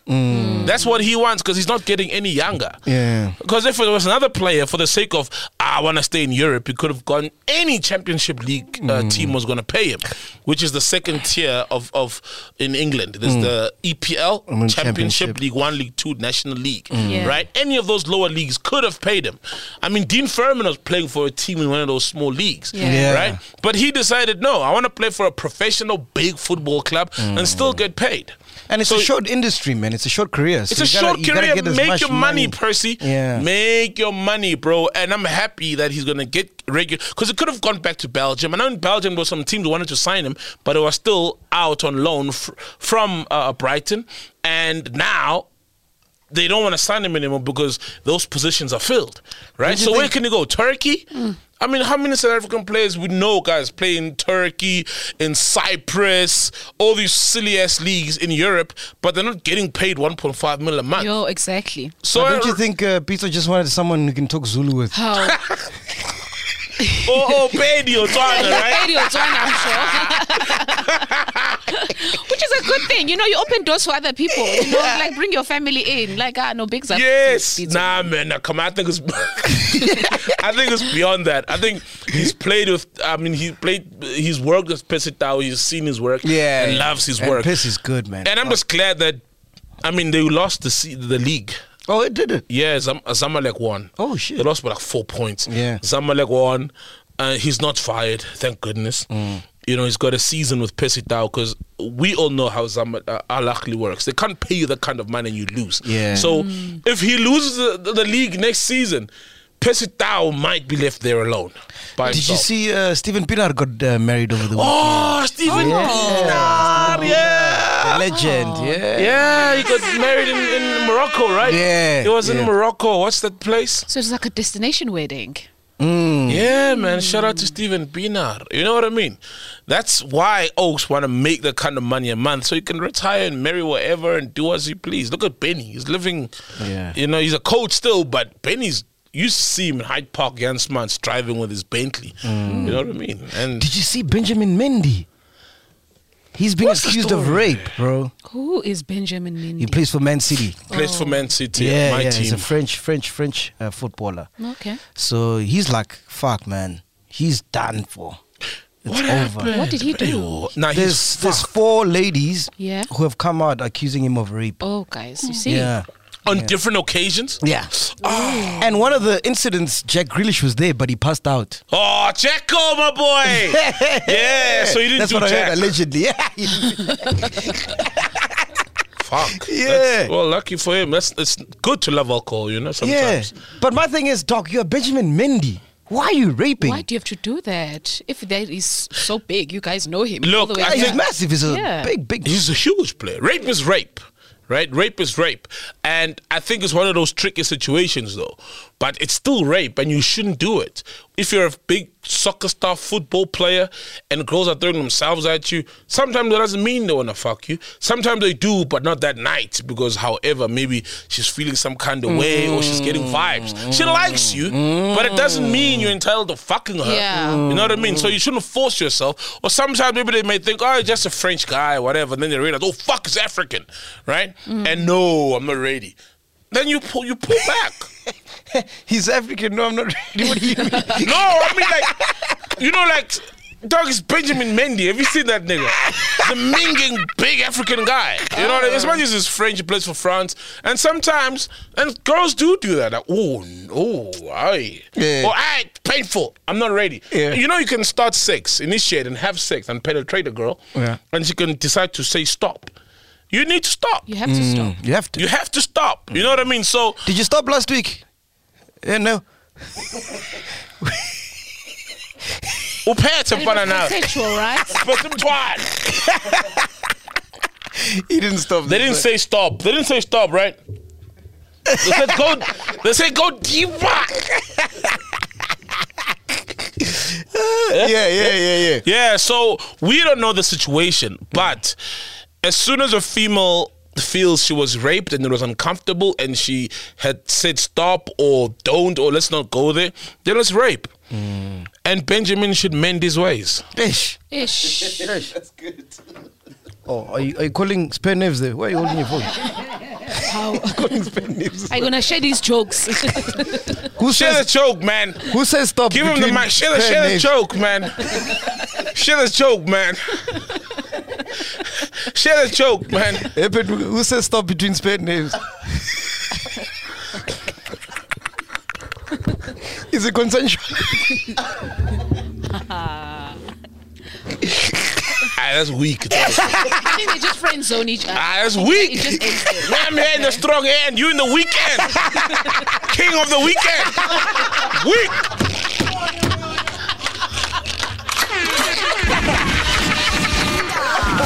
S1: That's what he wants because he's not getting any younger.
S2: Mm. Yeah.
S1: Because if it was another player, for the sake of "Ah, I want to stay in Europe, he could have gone. Any Championship League uh,
S2: Mm.
S1: team was going to pay him, which is the second tier of of in England. There's the EPL,
S2: then
S1: Championship,
S2: Mm. Championship.
S1: League One, League Two, National League.
S3: Mm. Yeah.
S1: Right? Any of those lower leagues could have paid him. I mean, Dean Furman was playing for a team in one of those small leagues.
S3: Yeah. Yeah.
S1: Right? But he decided, no, I want to play for a professional big football club
S3: Mm.
S1: and still get paid.
S2: And it's
S1: So-
S2: a short industry, man. It's a short career. So
S1: It's a
S2: you gotta-
S1: short
S2: you gotta
S1: career.
S2: get as
S1: Make
S2: much
S1: your money, Percy.
S2: Yeah.
S1: Make your money, bro. And I'm happy that he's gonna get regular because it could have gone back to Belgium. I know in Belgium there were some teams who wanted to sign him, but it was still out on loan fr- from uh, Brighton, and now. They don't want to sign him anymore because those positions are filled, right? So where can you go? Turkey?
S2: Mm.
S1: I mean, how many South African players we know, guys, play in Turkey, in Cyprus, all these silly ass leagues in Europe, but they're not getting paid 1.5 million a month.
S3: Yo, exactly.
S1: So
S2: But don't you think uh, Peter just wanted someone who can talk Zulu with?
S3: Oh,
S1: oh, oh, baby, you're talking, right?
S3: radio join, I'm sure. Which is a good thing, you know. You open doors for other people, you know, like bring your family in. Like ah, no bigs. are-
S1: Yes.
S3: bigs are-
S1: Nah, man. Nah, come on. I think it's. I think it's beyond that. I think he's played with. I mean, he played. He's worked with Pesitao. He's seen his work.
S2: Yeah.
S1: And loves his
S2: And
S1: work.
S2: Piss is good, man.
S1: And I'm just glad that. I mean, they lost the se- the league.
S2: oh, it did it.
S1: Yeah, Zam- Zamalek won.
S2: Oh, shit.
S1: They lost by like four points.
S2: Yeah.
S1: Zamalek won. Uh, he's not fired, thank goodness.
S2: Mm.
S1: You know, he's got a season with Pesitao because we all know how Zama uh, Al Ahly works. They can't pay you that kind of money and you lose.
S2: Yeah.
S1: So if he loses the, the, the league next season, Pesitao might be left there alone. By
S2: Did you
S1: himself.
S2: see uh, Stephen Pinar got uh, married over the weekend?
S1: Oh, Steven Pienaar, yeah.
S2: The legend, yeah.
S1: Oh. Yeah, he got married in, in Morocco, right?
S2: Yeah,
S1: He was in
S2: yeah.
S1: Morocco. What's that place?
S3: So it's like a destination wedding.
S2: Mm.
S1: Yeah, man. Shout out to Steven Pinar. You know what I mean? That's why Oaks want to make that kind of money a month so he can retire and marry whatever and do as he please. Look at Benny. He's living,
S2: Yeah.
S1: you know, he's a coach still, but Benny's, you see him in Hyde Park, Jansman's driving with his Bentley. You know what I mean? And
S2: Mm. Did you see Benjamin Mendy? He's being
S1: What's the
S2: accused of
S1: story?
S2: rape, bro.
S3: Who is Benjamin
S2: He
S3: Mendy?
S2: plays for Man City.
S1: plays for Man City,
S2: Yeah,
S1: my
S2: yeah, he's
S1: team.
S2: a French, French, French uh, footballer.
S3: okay.
S2: So he's like, fuck, man, he's done for. It's
S1: what
S2: over.
S1: happened?
S3: What did he do?
S1: Ew. Nah,
S2: There's
S1: Ah, he's
S2: there's
S1: fucked.
S2: four ladies
S3: Yeah.
S2: who have come out accusing him of rape.
S3: Oh, guys, you see.
S2: Yeah.
S1: on different occasions.
S2: Yeah. And one of the incidents, Jack Grealish was there, but he passed out.
S1: Oh, Jacko, my boy. yeah, so you didn't
S2: That's
S1: do
S2: what I
S1: Jack.
S2: heard, allegedly. Yeah.
S1: Fuck.
S2: Yeah.
S1: That's- well, lucky for him. That's it's good to love alcohol, you know.
S2: yeah.
S1: Sometimes.
S2: But my thing is, Doc, you're Benjamin Mendy. Why are you raping?
S3: Why do you have to do that? If that is so big, you guys know him.
S1: Look,
S3: all the way
S1: I
S2: Yeah,
S3: back.
S2: he's massive. He's a
S3: Yeah.
S2: big, big.
S1: He's a huge player. Rape is rape, right? Rape is rape, and I think it's one of those tricky situations though. But it's still rape, and you shouldn't do it. If you're a big soccer star, football player, and girls are throwing themselves at you, sometimes that doesn't mean they want to fuck you. Sometimes they do, but not that night because, however, maybe she's feeling some kind of way or she's getting vibes. She likes you, but it doesn't mean you're entitled to fucking her.
S3: Yeah.
S1: You know what I mean? So you shouldn't force yourself. Or sometimes maybe they may think, oh, just a French guy, whatever. And then they realize, oh, fuck, it's African, right? And no, I'm not ready. Then you pull, you pull back.
S2: He's African. No, I'm not. what do you mean?
S1: no, I mean like, you know, like, dog is Benjamin Mendy. Have you seen that nigga? The minging big African guy. You know, what I mean? as much as he's French, he plays for France. And sometimes, and girls do do that. Like, oh, no, aye.
S2: Yeah.
S1: Or, aye, painful. I'm not ready.
S2: Yeah.
S1: You know, you can start sex, initiate, and have sex and penetrate a girl,
S2: Yeah.
S1: and she can decide to say stop. You need to stop.
S3: You have to stop.
S2: Mm, You have to.
S1: You have to stop. You know what I mean? So
S2: Did you stop last week? Yeah, no.
S1: uphethe
S3: And it was
S1: mfana nawe.
S3: consensual, right?
S1: Basimthwala.
S2: He didn't stop.
S1: They didn't say stop. They didn't say stop, right? They said go. They said go deeper.
S2: Yeah, yeah, yeah, yeah.
S1: Yeah, so we don't know the situation, but as soon as a female feels she was raped and it was uncomfortable and she had said stop or don't or let's not go there, then it's rape. And Benjamin should mend his ways.
S2: Ish.
S3: Ish.
S4: That's good.
S2: Oh, are you, are you calling spare names there? Why are you holding your phone?
S3: How
S2: calling spare names.
S3: are you Oh. gonna share these jokes?
S2: Who
S1: Share the
S2: says,
S1: joke, man.
S2: who says stop?
S1: Give him the
S2: between
S1: mic. Share the,
S2: spare
S1: share the
S2: names?
S1: joke, man. share the joke, man. share the joke, man.
S2: Hey, but who says stop between spare names? Is it consensual?
S1: Ah, that's weak. Ah,
S3: I think they just friend zone each other.
S1: that's
S3: It
S1: weak.
S3: just ends there.
S1: I'm here in the strong hand, you in the weekend. King of the weekend. Weak.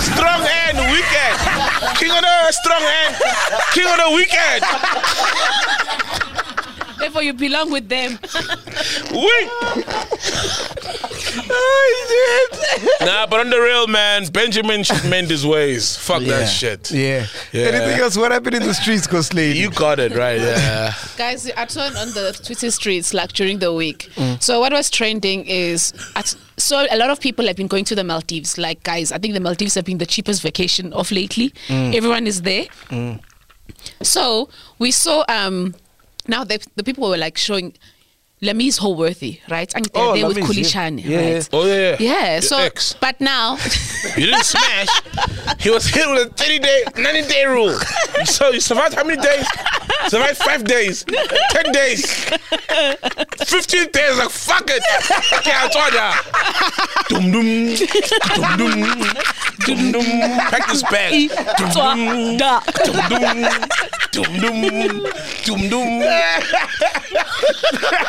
S1: Strong hand, weekend. King of the strong hand. King of the weekend.
S3: Therefore, you belong with them.
S1: Weak. Nah, but on the real man, Benjamin should mend his ways. Fuck that shit.
S2: Yeah.
S1: Yeah.
S2: Anything else? What happened in the streets, Cosley?
S1: You got it right. Yeah.
S3: Guys, I turned on the Twitter streets like during the week.
S2: Mm.
S3: So what was trending is at, so a lot of people have been going to the Maldives. Like guys, I think the Maldives have been the cheapest vacation of lately.
S2: Mm.
S3: Everyone is there. So we saw um now the, the people were like showing Lamise Holworthy, right? And they're
S2: Oh,
S3: there with
S2: Lamise, yeah.
S3: Kulishani,
S2: Yeah, yeah.
S3: right?
S1: Oh yeah.
S3: Yeah,
S1: Your
S3: so
S1: ex.
S3: but now
S1: You didn't smash. he was hit with a 30 day, 90 day rule. So you survived how many days? Survived five days, 10 days, 15 days. Like, fuck it. Okay, I told ya. Dum dum. Dum dum. Dum dum. Pack this bag. Dum dum. Dum dum. Dum dum.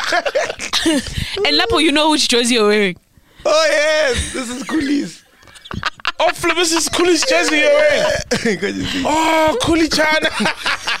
S1: Dum dum.
S3: and Lapo, you know which jersey you're wearing.
S2: Oh, yes. This is coolies.
S1: Oh, Flip, this is coolest jersey you're wearing.
S2: Can't you see?
S1: Oh, coolie China.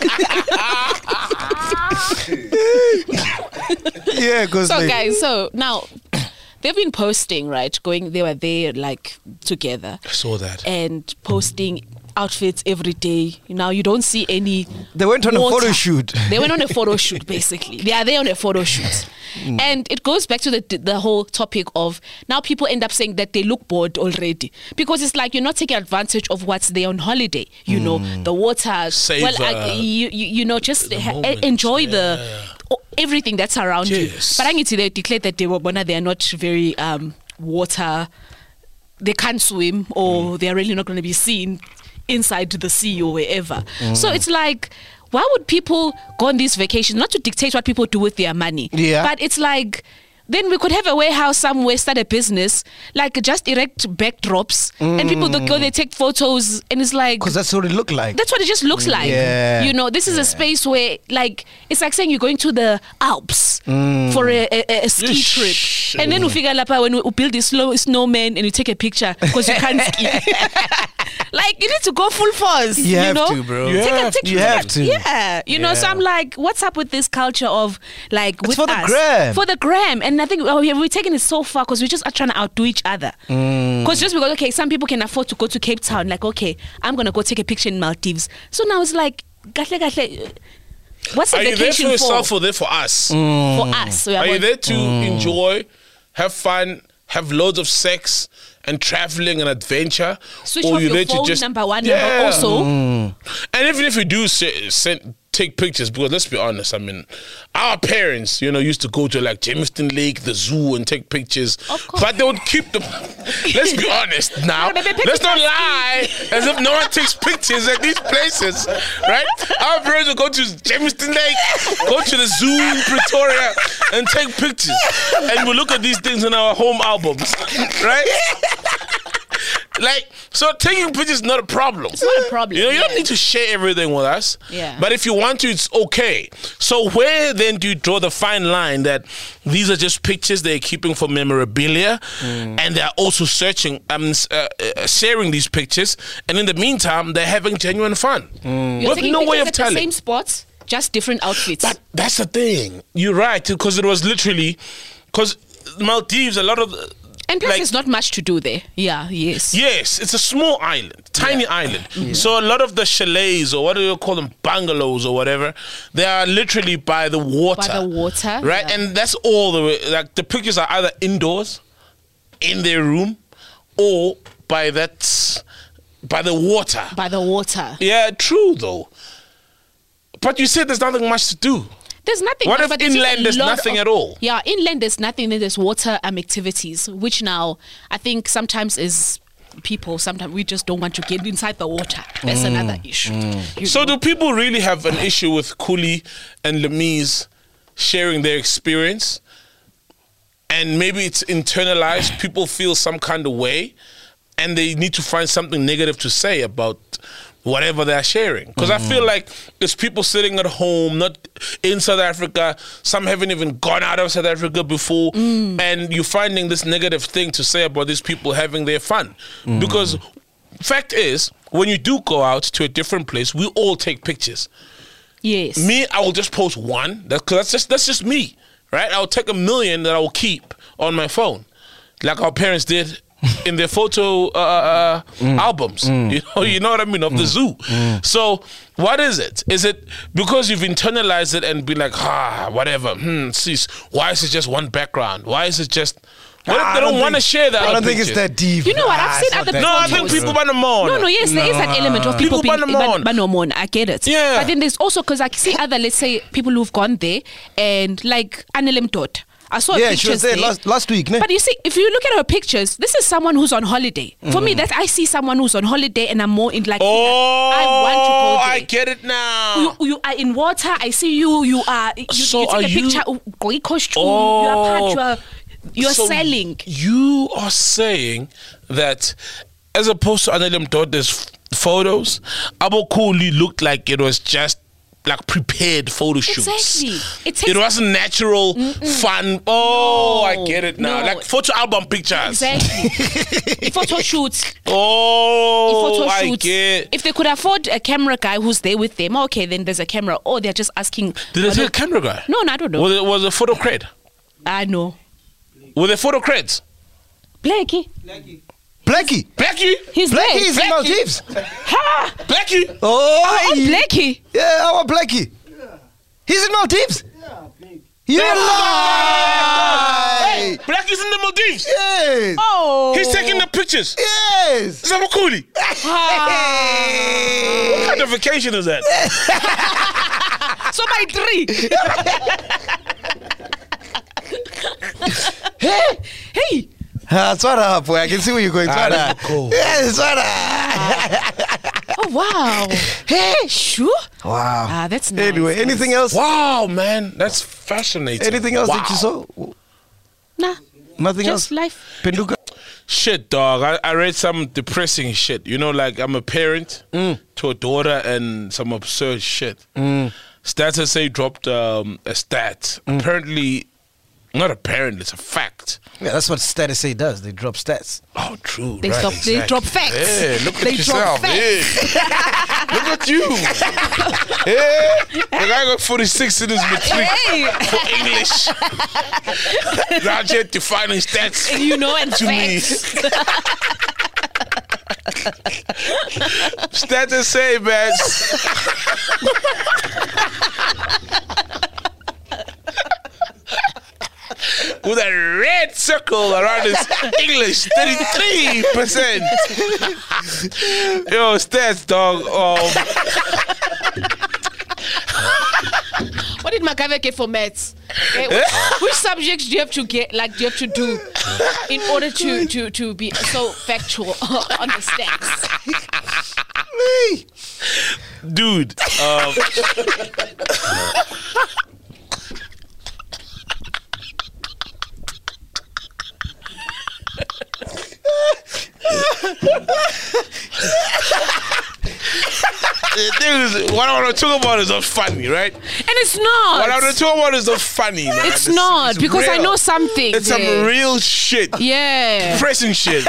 S2: yeah, Cosley.
S3: So guys, so now they've been posting, right? Going they were there like together
S1: I saw that.
S3: and posting outfits every day. Now you don't see any
S2: They went on a
S3: water.
S2: photo shoot.
S3: They went on a photo shoot basically. They are there on a photo shoot.
S2: Mm.
S3: And it goes back to the the whole topic of now people end up saying that they look bored already because it's like you're not taking advantage of what's there on holiday. You
S2: Mm.
S3: know the water. well,
S1: Savor
S3: I, you, you you know just ha-
S1: moment,
S3: enjoy the o- Oh, everything that's around
S1: Yes.
S3: you. But I need to they declared that they were bona they are not very um water. They can't swim or they are really not going to be seen inside the sea or wherever. So it's like. Why would people go on these vacations? Not to dictate what people do with their money,
S2: Yeah.
S3: but it's like then we could have a warehouse somewhere, start a business, like just erect backdrops, and people that go there take photos, and it's like
S2: Because that's what it looked like.
S3: that's what it just looks like.
S2: Yeah.
S3: You know, this is a space where, like, it's like saying you're going to the Alps
S2: Mm.
S3: for a, a, a ski
S1: Yeesh.
S3: trip. And then we figure out when we build this slow snowman and you take a picture because you can't ski. like, you need to go full force.
S2: You have
S3: know?
S2: to, bro. You
S3: Take a
S1: have
S3: picture,
S2: to. You
S3: take a-
S2: have to.
S3: Yeah. You know, so
S2: Yeah.
S3: I'm like, what's up with this culture of, like, with
S2: for the
S3: us?
S2: gram.
S3: For the gram. And I think oh, yeah, we're taking it so far because we just are trying to outdo each other.
S1: Mm.
S3: Because just because, okay, some people can afford to go to Cape Town, like, okay, I'm going to go take a picture in Maldives. So now it's like, gahle, gahle, uh, what's the
S1: Are you there for
S3: vacation for,
S1: yourself
S3: for
S1: or there for us?
S3: us? We
S1: Are you
S3: on-
S1: there to enjoy, have fun, have loads of sex, and traveling and adventure? Mm.
S3: Switch off your phone, number one, number also.
S1: And even if you do se- send, take pictures because let's be honest. I mean, our parents, you know, used to go to like Jamestown Lake, the zoo, and take pictures.
S3: Of course.
S1: but they would keep them. let's be honest now.
S3: Yeah, but they pick
S1: Let's not
S3: it up.
S1: lie as if no one takes pictures at these places, right? Our parents would go to Jamestown Lake, go to the zoo in Pretoria, and take pictures. And we look at these things in our home albums, right? Like, so taking pictures is not a problem. It's
S3: not a problem,
S1: You know, you don't
S3: yeah.
S1: need to share everything with us.
S3: Yeah.
S1: But if you want to, it's okay. So where then do you draw the fine line that these are just pictures they're keeping for memorabilia, and they're also searching, um, s- uh, uh, sharing these pictures, and in the meantime, they're having genuine fun
S3: You're
S1: with
S3: taking
S1: no way
S3: pictures
S1: of
S3: at the
S1: telling.
S3: same spots, just different outfits.
S1: But that's the thing. You're right because it was literally because Maldives. A lot of uh,
S3: and plus,
S1: like-
S3: there's not much to do there. Yeah, yes.
S1: Yes, it's a small island, tiny island. So a lot of the chalets or what do you call them, bungalows or whatever, they are literally by the water.
S3: the water,
S1: right?
S3: yeah.
S1: And that's all the way. Like the pictures are either indoors, in their room, or by that, by the water.
S3: By the water.
S1: yeah, true though. But you said there's nothing much to do.
S3: There's nothing.
S1: What
S3: much,
S1: if
S3: but just
S1: inland
S3: a
S1: there's
S3: lot
S1: nothing at all?
S3: Yeah, inland there's nothing. Then there's water um, activities, which now I think sometimes is people. Sometimes we just don't want to get inside the water. That's
S1: Mm.
S3: another issue. You
S1: So
S3: know?
S1: do people really have an issue with Cooley and Lemise sharing their experience? And maybe it's internalized. People feel some kind of way, and they need to find something negative to say about whatever they're sharing. Because I feel like there's people sitting at home, not in South Africa. Some haven't even gone out of South Africa before, and you're finding this negative thing to say about these people having their fun. Because fact is, when you do go out to a different place, we all take pictures.
S3: yes,
S1: Me, I will just post one. That's cause that's just that's just me, right? I'll take a million that I will keep on my phone, like our parents did in their photo uh, uh,
S2: Mm.
S1: albums. You know, you know what I mean of the zoo. So, what is it? Is it because you've internalized it and been like, ah, whatever? Hmm, cease. Why is it just one background? Why is it just? What if
S2: Ah,
S1: they
S2: I
S1: don't,
S2: don't
S1: want to
S2: think-
S1: share that?
S2: I don't think it's that deep.
S3: You know what?
S2: Ah,
S3: I've
S2: it's
S3: seen
S2: not
S3: other
S2: that
S1: No, I think
S3: photos.
S1: people want to mourn.
S3: No, no, yes, there is an element of
S1: People
S3: people, being
S1: ban a mon.
S3: ban- ban a mon. I get it.
S1: Yeah.
S3: But then there's also because I see other, let's say, people who've gone there and like Annelem Dot. I saw her
S2: Yeah,
S3: pictures
S2: she was there last- last week, ne?
S3: But you see, if you look at her pictures, this is someone who's on holiday. For me, that I see someone who's on holiday, and I'm more in like,
S1: Oh,
S3: I want to go there.
S1: I get it now.
S3: you, you are in water. I see you. You are. You,
S1: So
S3: you take
S1: are
S3: a
S1: you-
S3: picture. of Goi costume. you are
S1: Oh.
S3: part. You are. You're
S1: So
S3: selling.
S1: You are saying that as opposed to Anelim Dodder's photos, Abu Cooley looked like it was just like prepared photo shoots.
S3: Exactly. It
S1: It,
S3: takes-
S1: wasn't natural, fun. Oh,
S3: No,
S1: I get it now.
S3: no.
S1: Like photo album pictures.
S3: Exactly. Photo shoots.
S1: Oh,
S3: photo
S1: I
S3: shoots.
S1: get.
S3: If they could afford a camera guy who's there with them, okay, then there's a camera. Or they're just asking.
S1: Did they
S3: I
S1: take a
S3: don't-
S1: camera guy?
S3: No, no, I don't know.
S1: Was it was it a photo cred?
S3: I know.
S1: Were they photo creds?
S3: Blackie,
S2: Blackie.
S1: Blackie,
S3: he's
S2: Blackie
S3: there.
S2: is in Maldives.
S3: Ha!
S1: Blackie.
S2: Oh,
S3: Oh,
S2: hey.
S3: Blackie.
S2: Yeah, our Blackie. He's in Maldives. You're
S1: Hey,
S2: alive.
S1: Blackie's in the Maldives.
S2: Yes.
S3: Oh.
S1: He's taking the pictures.
S2: Yes.
S1: It's Abu Cooley. What kind of vacation is that?
S3: So by three.
S2: Hey.
S3: Hey.
S2: Ah, it's what up, boy. I can see where you're going. It's
S1: Ah,
S2: what
S1: that's
S2: up.
S1: cool.
S2: Yeah, it's what up.
S3: Oh, wow. Hey. Sure.
S2: Wow.
S3: Ah, that's nice.
S2: Anyway, anything else?
S1: Wow, man, that's fascinating.
S2: Anything else that you
S1: Wow.
S2: saw?
S3: Nah.
S2: Nothing
S3: Just
S2: else?
S3: life.
S2: Penduka?
S1: Shit, dog. I, I read some depressing shit. You know, like I'm a parent
S2: Mm.
S1: to a daughter and some absurd shit. Stats SA dropped um, a stat.
S2: Mm.
S1: Apparently, not apparently, it's a fact.
S2: Yeah, that's what Status say does. They drop stats.
S1: Oh, true.
S3: They
S1: right,
S3: drop- they
S1: exactly.
S3: drop facts.
S1: Yeah, look
S3: They
S1: at
S3: drop
S1: yourself.
S3: facts.
S1: yeah. look at you. yeah. The guy got 46 in his matric
S3: Hey.
S1: for English. Not yet defining stats.
S3: You know, and
S1: To me.
S3: facts.
S1: Stats and say, man. With a red circle around his English, 33%. Yo, stats, dog. Um,
S3: what did MacGyver get for maths? Okay,
S1: Eh?
S3: which, which subjects do you have to get? Like, do you have to do in order to to to be so factual on the stats?
S1: dude. Um, The thing is, what I want to talk about is not funny, right?
S3: And it's not.
S1: What I want to talk about is not funny. man.
S3: It's not, because I know something.
S1: It's some
S3: Yeah.
S1: real shit,
S3: yeah.
S1: pressing shit.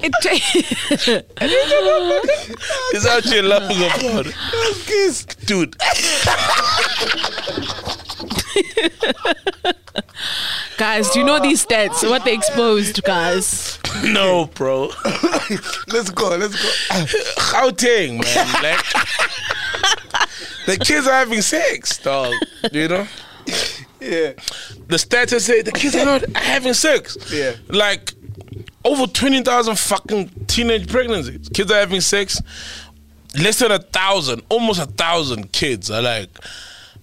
S3: It ta-
S1: It's out here laughing about. Dude.
S3: guys, do you know these stats? What they exposed, guys?
S1: No, bro.
S2: Let's go. Let's go.
S1: Gauteng, man. Like, the kids are having sex, dog. You know?
S2: Yeah.
S1: The status say the kids are not having sex.
S2: Yeah.
S1: Like, over 20,000 fucking teenage pregnancies. Kids are having sex. Less than a thousand, almost a thousand kids are like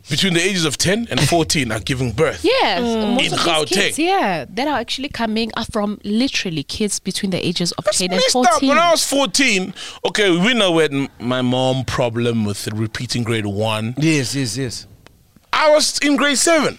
S1: between the ages of 10 and 14 are giving birth.
S3: Yeah, most
S1: In
S3: of
S1: Gauteng.
S3: these kids, yeah, that are actually coming are from literally kids between the ages of
S1: That's
S3: ten and
S1: messed up.
S3: fourteen.
S1: When I was 14, okay, we know we had m- my mom problem with repeating grade one.
S2: Yes, yes, yes.
S1: I was in grade seven.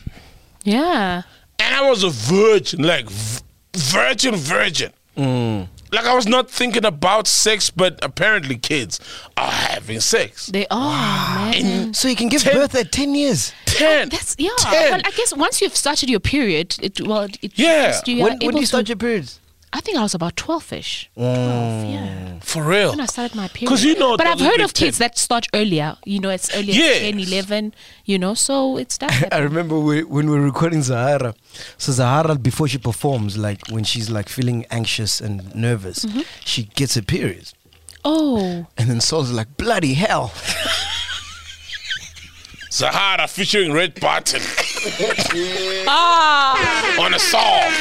S3: yeah,
S1: and I was a virgin, like v- virgin, virgin.
S3: Mm.
S1: Like I was not thinking about sex, but apparently kids are having sex.
S3: they are. Man.
S1: In
S2: Mm. So you can give
S1: Ten-
S2: birth at 10 years.
S1: ten,
S3: That's yeah.
S1: ten.
S3: Well, I guess once you've started your period, it well, it- it,
S1: Yeah.
S3: just you are
S2: when when
S3: able
S2: do you start Mm.
S3: to,
S2: your periods?
S3: I think I was about twelve-ish. Twelve, yeah.
S1: for real.
S3: When I started my period.
S1: 'Cause you know
S3: but
S1: that
S3: I've
S1: we've
S3: heard
S1: been
S3: of kids that start earlier. You know, it's earlier
S1: Yeah.
S3: 10, 11, You know, so it's that.
S2: I remember we, when we were recording Zahara. So Zahara, before she performs, like when she's like feeling anxious and nervous,
S3: Mm-hmm.
S2: she gets her periods.
S3: oh,
S2: And then Saul's like, bloody hell.
S1: Zahara featuring Red Button
S3: ah,
S1: on a song.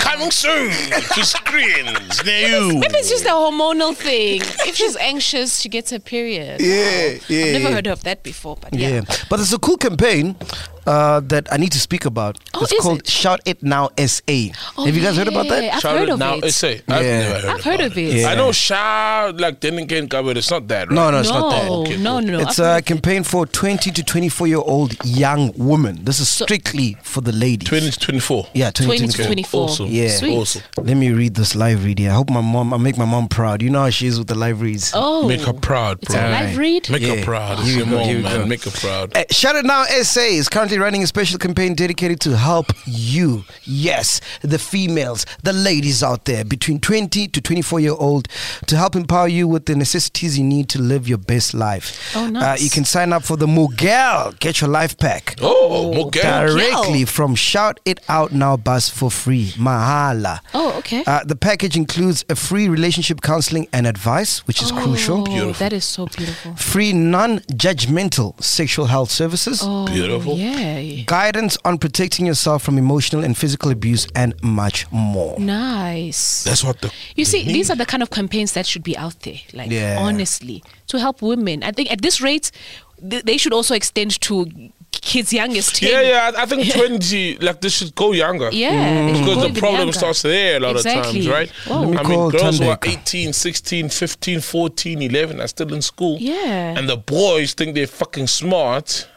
S1: Coming soon to screens near you.
S3: maybe Ah. it's just a hormonal thing. If she's anxious, she gets her period.
S2: Yeah, yeah.
S3: I've never heard of that before, but
S2: Yeah.
S3: yeah.
S2: but it's a cool campaign uh, that I need to speak about.
S3: Oh,
S2: it's
S3: is
S2: called
S3: it?
S2: Shout It Now SA.
S3: Oh,
S2: Have you guys heard about
S3: yeah,
S2: that?
S3: I've
S1: Shout
S3: heard
S1: it
S3: of
S1: now.
S3: it.
S1: It's a, I've
S2: Yeah.
S1: never heard,
S3: I've heard
S1: about
S3: of it.
S1: I know shout like then again covered. It's not that, right?
S2: No, no, it's not that.
S3: no,
S1: Okay,
S3: no, no,
S1: cool.
S3: no.
S2: It's uh,
S3: I've heard
S2: a
S3: of it.
S2: campaign for 20 to 24 year old young women. This is strictly for the ladies.
S1: 20 to 24.
S2: yeah, 20,
S3: 20 to
S2: 24.
S3: 24.
S1: Awesome.
S2: Yeah.
S3: Sweet.
S1: Awesome.
S2: Let me read this live read here. I hope my mom, I make my mom proud. You know how she is with the live reads.
S3: Oh,
S1: Make her proud,
S3: It's
S1: bro.
S3: a live read.
S1: Make
S2: Yeah.
S1: her proud.
S2: Here
S1: It's
S2: we
S1: your
S2: go, here
S1: mom,
S2: we go.
S1: man. Make her proud.
S2: Uh, Shout It Now SA is currently running a special campaign dedicated to help you. Yes, the females, the ladies out there between 20 to 24 year old to help empower you with the necessities you need to live your best life.
S3: Oh, nice.
S2: Uh, you can sign up for the Mugal Get Your Life Pack.
S1: Oh, Mogel.
S2: Directly from Shout It Out Now Bus for free. Mahala.
S3: Oh, okay.
S2: Uh, the package includes a free relationship counseling and advice, which is
S3: Oh.
S2: crucial.
S1: Beautiful.
S3: That is so beautiful.
S2: Free non judgmental sexual health services.
S3: Oh,
S1: Beautiful.
S3: Yeah.
S2: guidance on protecting yourself from emotional and physical abuse and much more.
S3: Nice.
S1: That's what the.
S3: You see, these are the kind of campaigns that should be out there, like
S2: Yeah.
S3: honestly, to help women. I think at this rate, th- they should also extend to kids youngest. 10.
S1: Yeah, yeah. I, I think 20, like, this should go younger.
S3: Yeah, they should go
S1: Because
S3: even
S1: the problem
S3: younger.
S1: starts there a lot
S3: Exactly.
S1: of times, right?
S3: Wow. Let
S2: Mm. me
S1: I
S2: call
S1: mean, girls who are
S2: Thandeka.
S1: 18, 16, 15, 14, 11 are still in school.
S3: Yeah.
S1: And the boys think they're fucking smart.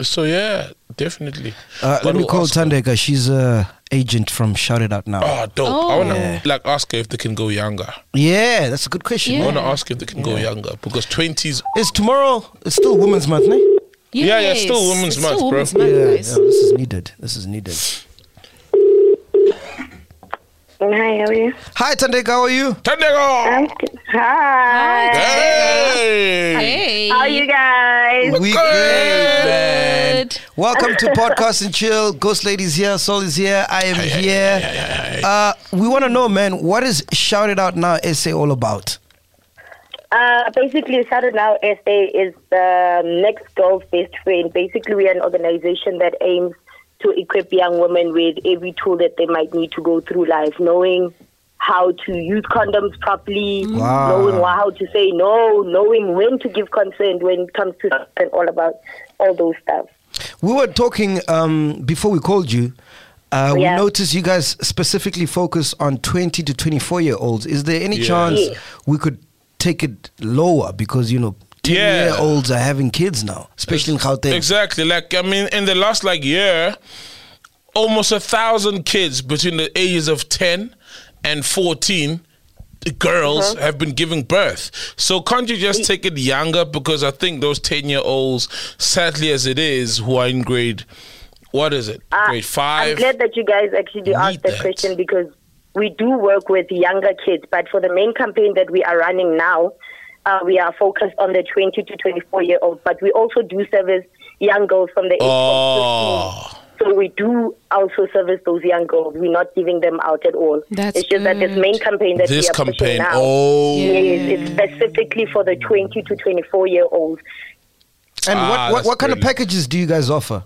S1: So, yeah, definitely.
S2: Uh, let
S1: Gotta
S2: me call
S1: ask her.
S2: Tandeka. She's a agent from Shout It Out Now.
S1: Oh, dope. I want to,
S2: Yeah.
S1: like, ask her if they can go younger.
S2: Yeah, that's a good question.
S1: I want to
S3: Yeah.
S1: ask if they can go younger because 20s.
S2: It's tomorrow. It's still Women's Month, no?
S1: Yeah, yeah, still
S3: Yes,
S1: Women's
S3: it's
S1: Month,
S3: still
S1: bro.
S3: Women's Month,
S2: yeah,
S3: guys.
S2: yeah, this is needed. This is needed.
S7: Hi, how are you?
S2: Hi, Tandeka. How are you?
S1: Tandego!
S7: I'm good. Hi.
S1: Hey!
S3: Hey.
S7: How are you guys?
S2: We good, man. Welcome to Podcast and Chill. Ghost Lady's here. Soul is here. I am here. Uh, we want to know, man, what is Shout It Out Now essay all about?
S7: Uh, basically, Shadow Now SA is the next girl's best friend. Basically, we are an organization that aims to equip young women with every tool that they might need to go through life, knowing how to use condoms properly,
S2: Wow.
S7: knowing wha- how to say no, knowing when to give consent when it comes to and all about all those stuff.
S2: We were talking um, before we called you. Uh,
S7: Yeah.
S2: We noticed you guys specifically focus on 20 to 24 year olds. Is there any chance
S7: Yeah.
S2: we could take it lower because, you know, 10
S1: Yeah.
S2: year olds are having kids now, especially in Gauteng?
S1: Exactly. Like I mean, in the last like year, almost a thousand kids between the ages of ten and fourteen. the Girls
S7: Uh-huh.
S1: have been giving birth, so can't you just take it younger? Because I think those ten-year-olds, sadly as it is, who are in grade, what is it,
S7: Uh,
S1: grade five?
S7: I'm glad that you guys actually asked that,
S1: that.
S7: question because we do work with younger kids, but for the main campaign that we are running now, uh, we are focused on the 20 to 24 year olds, but we also do service young girls from the age of 15.
S1: Oh,
S7: So we do also service those young girls. We're not giving them out at all.
S3: That's
S7: it's just that this
S3: good.
S7: main campaign that we
S1: this
S7: are pushing
S1: campaign.
S7: now
S1: Oh,
S7: is, is specifically for the 20 to 24 year olds.
S2: And
S1: Ah,
S2: what, what,
S1: that's
S2: what kind of
S1: brilliant.
S2: packages do you guys offer?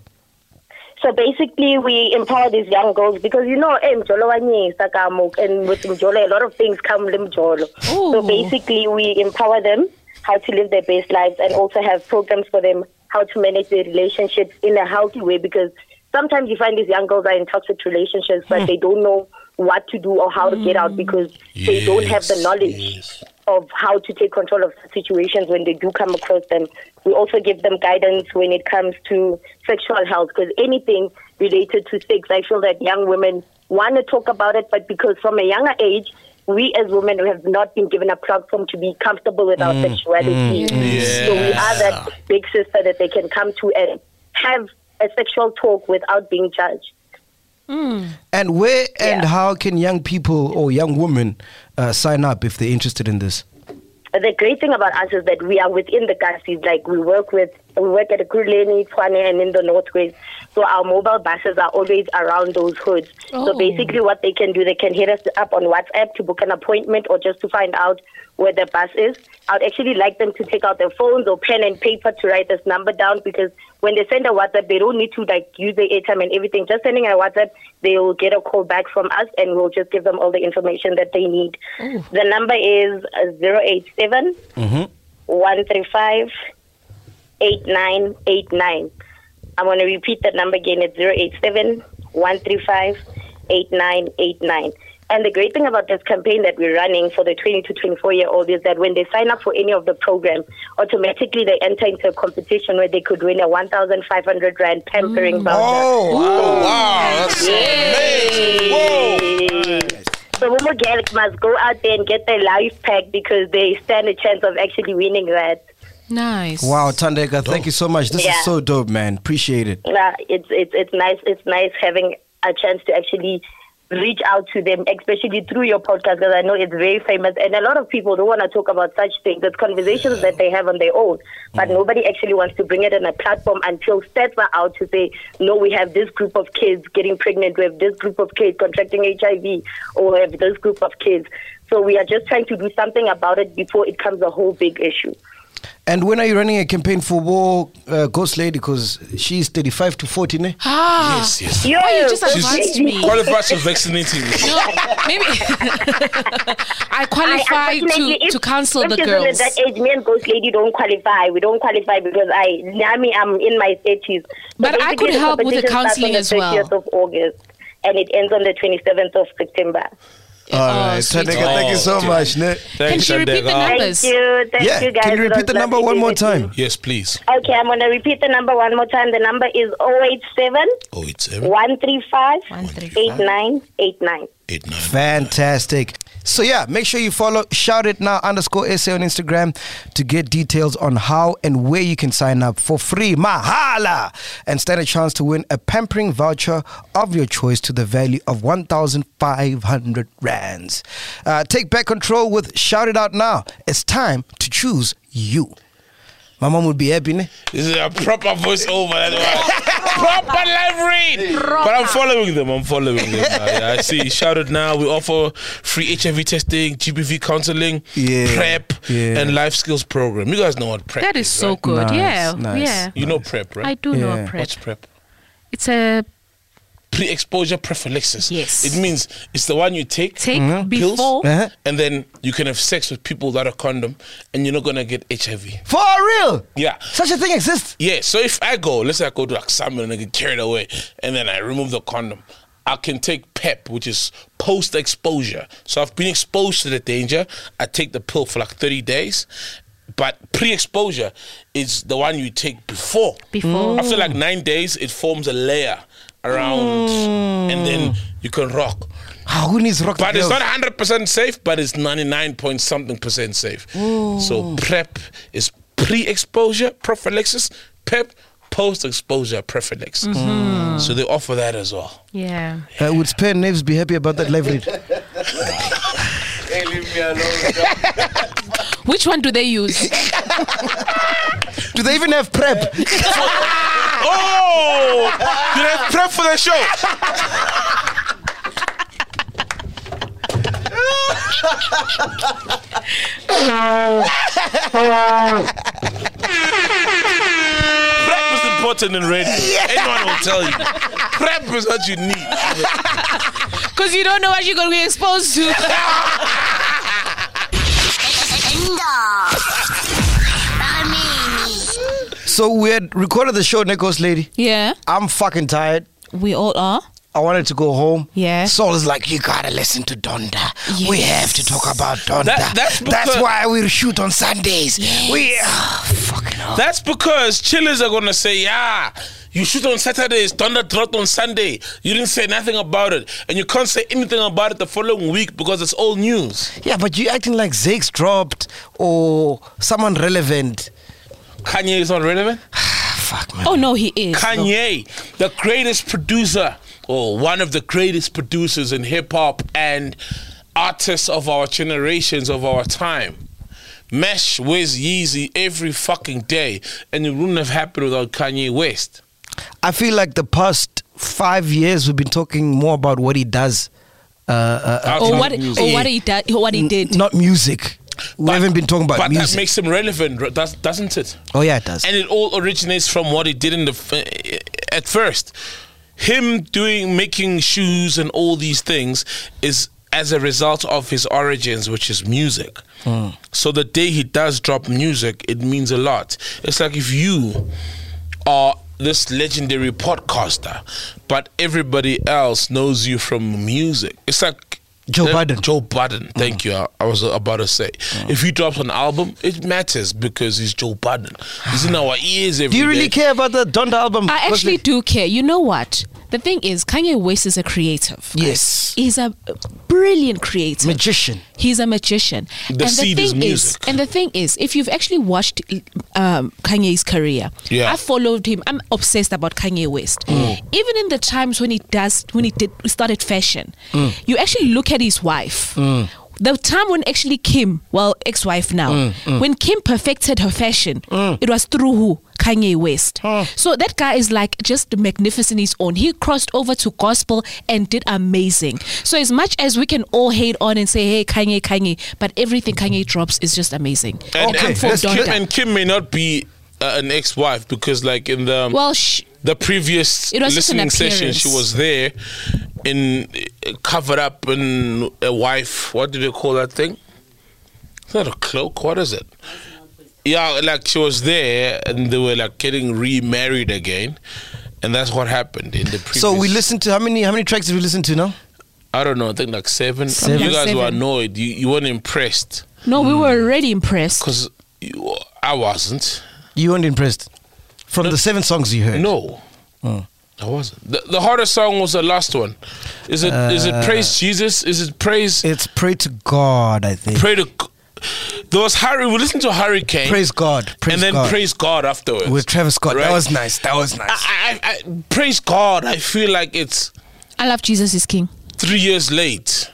S7: So basically, we empower these young girls because you know, eh, mjolo wa nyesa ka mo, and with mjolo, a lot of things come with mjolo.
S3: Ooh.
S7: So basically, we empower them how to live their best lives and also have programs for them how to manage their relationships in a healthy way because sometimes you find these young girls are in toxic relationships, but they don't know what to do or how to get out because they don't have the
S1: Yes,
S7: knowledge
S1: yes.
S7: of how to take control of situations when they do come across them. We also give them guidance when it comes to sexual health because anything related to sex, I feel that young women want to talk about it, but because from a younger age, we as women have not been given a platform to be comfortable with our sexuality.
S1: Mm, Yes.
S7: So we are that big sister that they can come to and have a sexual talk without being judged.
S2: And where and
S7: Yeah.
S2: how can young people or young women uh, sign up if they're interested in this?
S7: the great thing about us is that we are within the countries. Like we work with, we work at Kuleni, Tshwane, and in the northwest. So our mobile buses are always around those hoods.
S3: Oh.
S7: So basically, what they can do, they can hit us up on WhatsApp to book an appointment or just to find out where the bus is. I'd actually like them to take out their phones or pen and paper to write this number down because when they send a WhatsApp, they don't need to like use the airtime and everything. Just sending a WhatsApp, they will get a call back from us, and we'll just give them all the information that they need. The number is zero eight seven one three five eight nine eight nine. I'm going to repeat that number again. It's 087 135 8989. And the great thing about this campaign that we're running for the 20 to 24 year old is that when they sign up for any of the program, automatically they enter into a competition where they could win a 1,500 Rand pampering voucher.
S2: Oh, wow.
S1: Mm. wow, that's amazing! Whoa.
S7: So, women girls must go out there and get their life pack because they stand a chance of actually winning that.
S3: Nice.
S2: Wow, Tandeka,
S1: Oh.
S2: thank you so much. This
S7: Yeah.
S2: is so dope, man. Appreciate it.
S7: Nah, it's it's it's nice. It's nice having a chance to actually reach out to them, especially through your podcast, because I know it's very famous, and a lot of people don't want to talk about such things. It's conversations that they have on their own, but nobody actually wants to bring it on a platform until stats are out to say, no, we have this group of kids getting pregnant, we have this group of kids contracting HIV, or we have this group of kids. So we are just trying to do something about it before it becomes a whole big issue.
S2: And when are you running a campaign for War uh, Ghost Lady? Because she's 35 to 40, ne?
S3: Ah.
S1: Yes, yes.
S7: Yo,
S3: you just advanced me.
S1: Qualified for vaccinating.
S3: No, maybe I
S7: I-
S3: qualify
S7: unfortunately,
S3: to, to counsel
S7: if
S3: the
S7: she's in
S3: girls.
S7: that age, me and Ghost Lady don't qualify. We don't qualify because I, Nami, I'm in my 30s. So
S3: But I could
S7: basically,
S3: help with the
S7: competition
S3: counseling
S7: starts on the
S3: as well.
S7: 30th of August, and it ends on the 27th of September.
S2: All right,
S3: sweet.
S2: Thandeka, thank you so
S1: Oh,
S2: much, ne?
S3: Can she repeat
S1: Shandeka.
S3: the number?
S7: Thank
S3: Numbers.
S7: you. Thank
S2: Yeah,
S7: you, guys.
S2: can you
S7: It was
S2: repeat the number
S7: lovely
S2: one more
S7: being with you.
S2: time?
S1: Yes, please.
S7: Okay, I'm going to repeat the number one more time. The number is 087
S1: Oh, it's seven
S7: 135 8989.
S1: eight nine.
S2: Fantastic. So yeah, make sure you follow Shout It Now underscore SA on Instagram to get details on how and where you can sign up for free. Mahala! And stand a chance to win a pampering voucher of your choice to the value of 1,500 rands. Uh, take back control with Shout It Out Now. It's time to choose you. My mom would be happy, ne?
S1: This is a proper voiceover. That's why. proper live read. But I'm following them. I'm following them. Now. Yeah, I see. Shout out now. We offer free HIV testing, GBV counseling,
S2: Yeah.
S1: prep,
S2: Yeah.
S1: and life skills program. You guys know what prep
S3: That is so good.
S2: Nice,
S3: yeah,
S2: nice.
S3: yeah.
S1: You know prep, right?
S3: I do know
S2: Yeah.
S3: prep.
S1: What's prep?
S3: It's a
S1: pre-exposure prophylaxis.
S3: Yes.
S1: It means it's the one you take,
S3: Take Mhm.
S1: Mm-hmm. pills,
S3: before-
S2: Uh-huh.
S1: and then you can have sex with people that are condom, and you're not gonna get HIV.
S2: For real?
S1: Yeah.
S2: Such a thing exists?
S1: Yeah, so if I go, let's say I go to like somewhere and I get carried away, and then I remove the condom, I can take PEP, which is post exposure. So I've been exposed to the danger. I take the pill for like 30 days, but pre exposure is the one you take before.
S3: Before.
S1: After like nine days, it forms a layer around, and
S3: Mm.
S1: then you can rock.
S2: Ah, who needs rock the
S1: But it's
S2: girls?
S1: not 100% safe, but it's 99 point something percent safe. So PrEP is pre exposure prophylaxis, PEP, post exposure prophylaxis. So they offer that as well.
S3: Yeah.
S2: Uh, would spare knives be happy about that live read?
S4: Hey, leave me alone.
S3: Which one do they use?
S2: Do they even have prep?
S1: oh! You have PrEP for the show? PrEP is important in radio. Anyone will tell you. PrEP is what you need.
S3: Because you don't know what you're going to be exposed to.
S2: So we had recorded the show, Nicholas lady.
S3: yeah.
S2: I'm fucking tired.
S3: We all are.
S2: I wanted to go home.
S3: Yeah.
S2: Saul is like, you gotta listen to Donda. We
S3: Yes.
S2: have to talk about Donda.
S1: That- that's because-
S2: why we shoot on Sundays. We ah, fucking hell.
S1: That's because chillers are gonna say, yeah, you shoot on Saturdays, thunder dropped on Sunday. You didn't say nothing about it. And you can't say anything about it the following week because it's all news.
S2: Yeah, but you acting like Zake's dropped or someone relevant.
S1: Kanye is not relevant.
S2: Ah, fuck man.
S3: Oh, no, he is.
S1: Kanye, the greatest producer, or one of the greatest producers in hip hop and artists of our generations, of our time. Mesh with Yeezy every fucking day, and it wouldn't have happened without Kanye West.
S2: I feel like the past five years we've been talking more about what he does. Uh, uh, uh,
S1: Outside
S3: Or Oh, what,
S1: music.
S3: or what he did. Or what he did.
S2: n- not music. We
S1: But-
S2: haven't been talking about
S1: but
S2: music.
S1: that makes him relevant, ro- does- doesn't it?
S2: oh yeah, it does.
S1: And it all originates from what he did in the f- eh, at first. Him doing making shoes and all these things is as a result of his origins, which is music. So the day he does drop music, it means a lot. It's like if you are this legendary podcaster, but everybody else knows you from music. It's like
S2: Joe
S1: uh,
S2: Budden.
S1: Joe Budden. Thank you. I, I was about to say, if he drops an album, it matters because he's Joe Budden. He's in our ears every day.
S2: Do you really care about the Donda album?
S3: I actually do care. You know what? The thing is, Kanye West is a creative.
S2: Yes.
S3: He's a brilliant creative.
S2: Magician.
S3: He's a magician.
S1: The seed is music.
S3: and the thing is, if you've actually watched um, Kanye's career,
S1: Yeah.
S3: I followed him. I'm obsessed about Kanye West.
S1: Mm.
S3: Even in the times when he does, when he did started fashion,
S1: Mm.
S3: you actually look at his wife. The time when actually Kim, well, ex-wife now,
S1: Mm,
S3: when Kim perfected her fashion, it was through who? Kanye West. So that guy is like just magnificent in his own. He crossed over to gospel and did amazing. So as much as we can all hate on and say, hey, Kanye, Kanye, but everything Kanye drops is just amazing.
S1: And,
S2: Okay,
S1: and,
S3: from
S1: and Kim,
S3: Donda.
S1: and Kim may not be uh, an ex-wife because, like in the
S3: Well, sh-
S1: the previous
S3: It was just an
S1: listening session,
S3: appearance.
S1: she was there in uh, covered up in a wife. What do they call that thing? It's not a cloak. What is it? Yeah, like she was there, and they were like getting remarried again, and that's what happened in the previous.
S2: So we listened to how many how many tracks did we listen to now?
S1: I don't know. I think like seven.
S3: Seven.
S1: You guys were
S3: Seven.
S1: annoyed. You you weren't impressed
S3: no, we were already impressed.
S1: because I wasn't.
S2: You weren't impressed. From the seven songs you heard.
S1: No.
S2: Oh.
S1: I wasn't. The, the hardest song was the last one. Is it? Is
S2: Uh,
S1: it praise Jesus? Is it praise
S2: It's pray to God, I think.
S1: pray to? G- There was Harry. We listened to Hurricane.
S2: praise God. Praise
S1: and then
S2: God.
S1: praise God afterwards.
S2: with Travis Scott.
S1: Right?
S2: That was nice. That was nice.
S1: I, I, I, praise God. I feel like it's
S3: I love Jesus is King.
S1: three years late.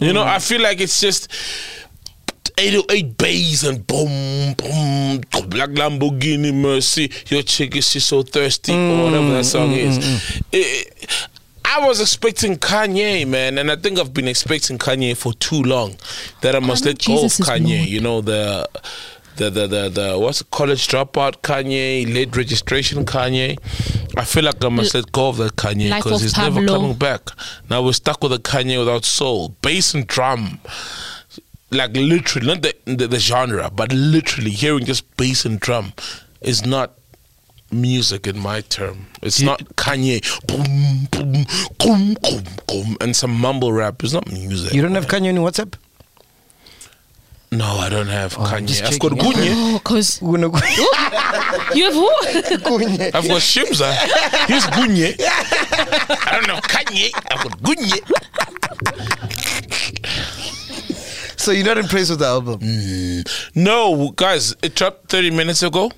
S1: You know,
S3: Mm.
S1: I feel like it's just 808 bass and boom, boom, black Lamborghini, mercy, your chick is she so thirsty,
S3: Mm,
S1: or whatever that song is. It- I was expecting Kanye, man, and I think I've been expecting Kanye for too long that I must
S3: know
S1: let go of
S3: Jesus is
S1: Kanye.
S3: Lord.
S1: You know, the. The, the, the, the what's it, college dropout Kanye late registration Kanye I feel like I must
S3: L-
S1: let go of that Kanye
S3: Life
S1: because
S3: of
S1: he's never
S3: Pablo.
S1: coming back. Now we're stuck with a Kanye without soul, bass and drum. Like literally, not the, the the genre, but literally hearing just bass and drum is not music in my term. It's not Kanye boom boom boom boom boom and some mumble rap. It's not music.
S2: You don't have Kanye in WhatsApp?
S1: no, I don't have Kanye.
S2: just
S1: I've got
S2: checking.
S1: Gunye.
S3: Oh, because
S2: Gonna go-
S3: you have who?
S2: Kunye.
S1: I've got Shimza. Here's Gunye. I don't know Kanye. I've got Gunye.
S2: so you're not impressed with the album?
S1: No, guys, it dropped 30 minutes ago.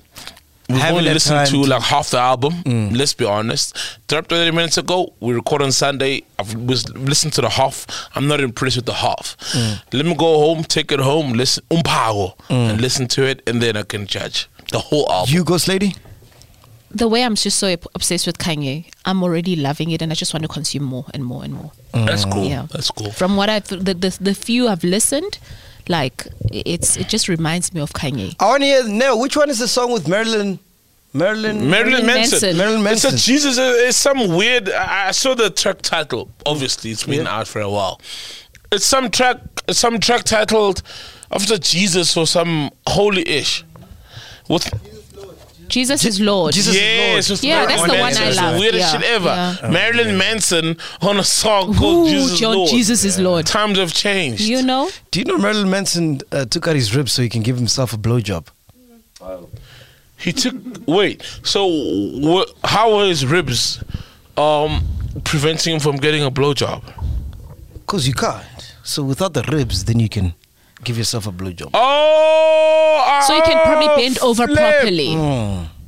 S1: We've
S2: Haven't
S1: only
S2: had
S1: listened
S2: time
S1: to,
S2: to-
S1: like half the album. Let's be honest. Dropped 30 minutes ago. We record on Sunday. I've was listened to the half. I'm not impressed with the half. Let me go home, take it home, listen, umpago, and listen to it, and then I can judge the whole album.
S2: You Ghost Lady?
S3: the way I'm just so obsessed with Kanye, I'm already loving it, and I just want to consume more and more and more.
S1: Mm. That's cool.
S3: Yeah.
S1: That's cool.
S3: From what I've the, the the few I've listened, like it's it just reminds me of Kanye.
S2: I want to hear now. Which one is the song with Marilyn?
S1: Marilyn
S2: Marilyn.
S3: Marilyn
S1: Manson.
S3: Manson.
S2: Marilyn Manson.
S1: It's a Jesus. It's some weird. I I saw the track title. Obviously, it's been out for a while. It's some track. Some track titled after Jesus or some holy ish. With
S3: Jesus is Lord.
S2: Jesus is
S1: yes,
S2: Lord. Oh,
S1: with
S3: Yeah, that's the one I
S1: Manson. It's the
S3: love.
S1: weirdest
S3: Yeah,
S1: shit ever.
S3: yeah.
S1: Marilyn Manson on a song called
S3: Ooh,
S1: Jesus
S3: John,
S1: Lord.
S3: Jesus is Lord.
S1: Times have changed.
S3: You know,
S2: Do you know Marilyn Manson uh, took out his ribs so he can give himself a blowjob?
S1: He took wait. So wh- how were his ribs um, preventing him from getting a blowjob?
S2: Because you can't. So without the ribs, then you can give yourself a blowjob.
S1: Oh,
S3: so you can probably
S1: oh,
S3: bend over
S1: flip.
S3: properly.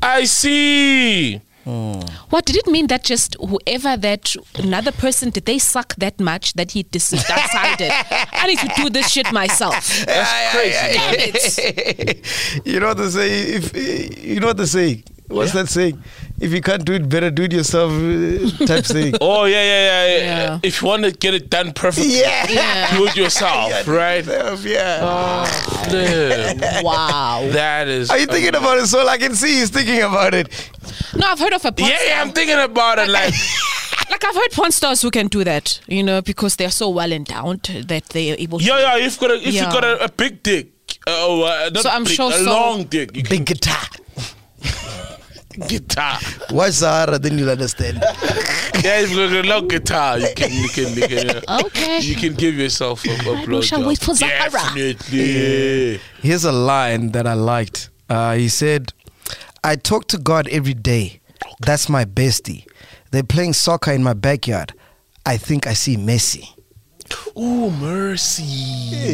S1: I see.
S2: Hmm.
S3: What did it mean that just whoever that another person did they suck that much that he dis- decided I need to do this shit myself?
S1: That's crazy.
S3: Damn it!
S2: you know what they say? If you know what they say? What's that saying? If you can't do it, better do it yourself. uh, Type thing.
S1: Oh yeah, yeah, yeah, yeah.
S3: Yeah.
S1: If you want to get it done perfectly,
S3: Yeah.
S1: do it yourself, right? Oh.
S2: Yeah.
S1: Flip.
S3: Wow.
S1: that is.
S2: Are you thinking about it? So I can see he's thinking about it.
S3: No, I've heard of a porn
S1: Yeah, yeah,
S3: star.
S1: I'm thinking about it. Like,
S3: like I've heard porn stars who can do that, you know, because they're so well endowed that they are able. to
S1: yo, yo, if you got a, if you
S3: Yeah.
S1: got a, a big dick, uh, or, uh, not
S3: So I'm
S1: big,
S3: sure
S1: a
S3: so-
S1: long dick, you
S2: Big guitar.
S1: can guitar.
S2: Why Sahara? Then you'll understand.
S1: yeah, if you got a long guitar, you can, you can, you can. uh,
S3: Okay.
S1: You can give yourself a, a blowjob.
S3: shall wait for Zahara.
S1: Definitely.
S2: Here's a line that I liked. Uh, he said, I talk to God every day. That's my bestie. They're playing soccer in my backyard. I think I see Messi.
S1: Ooh, Oh, mercy,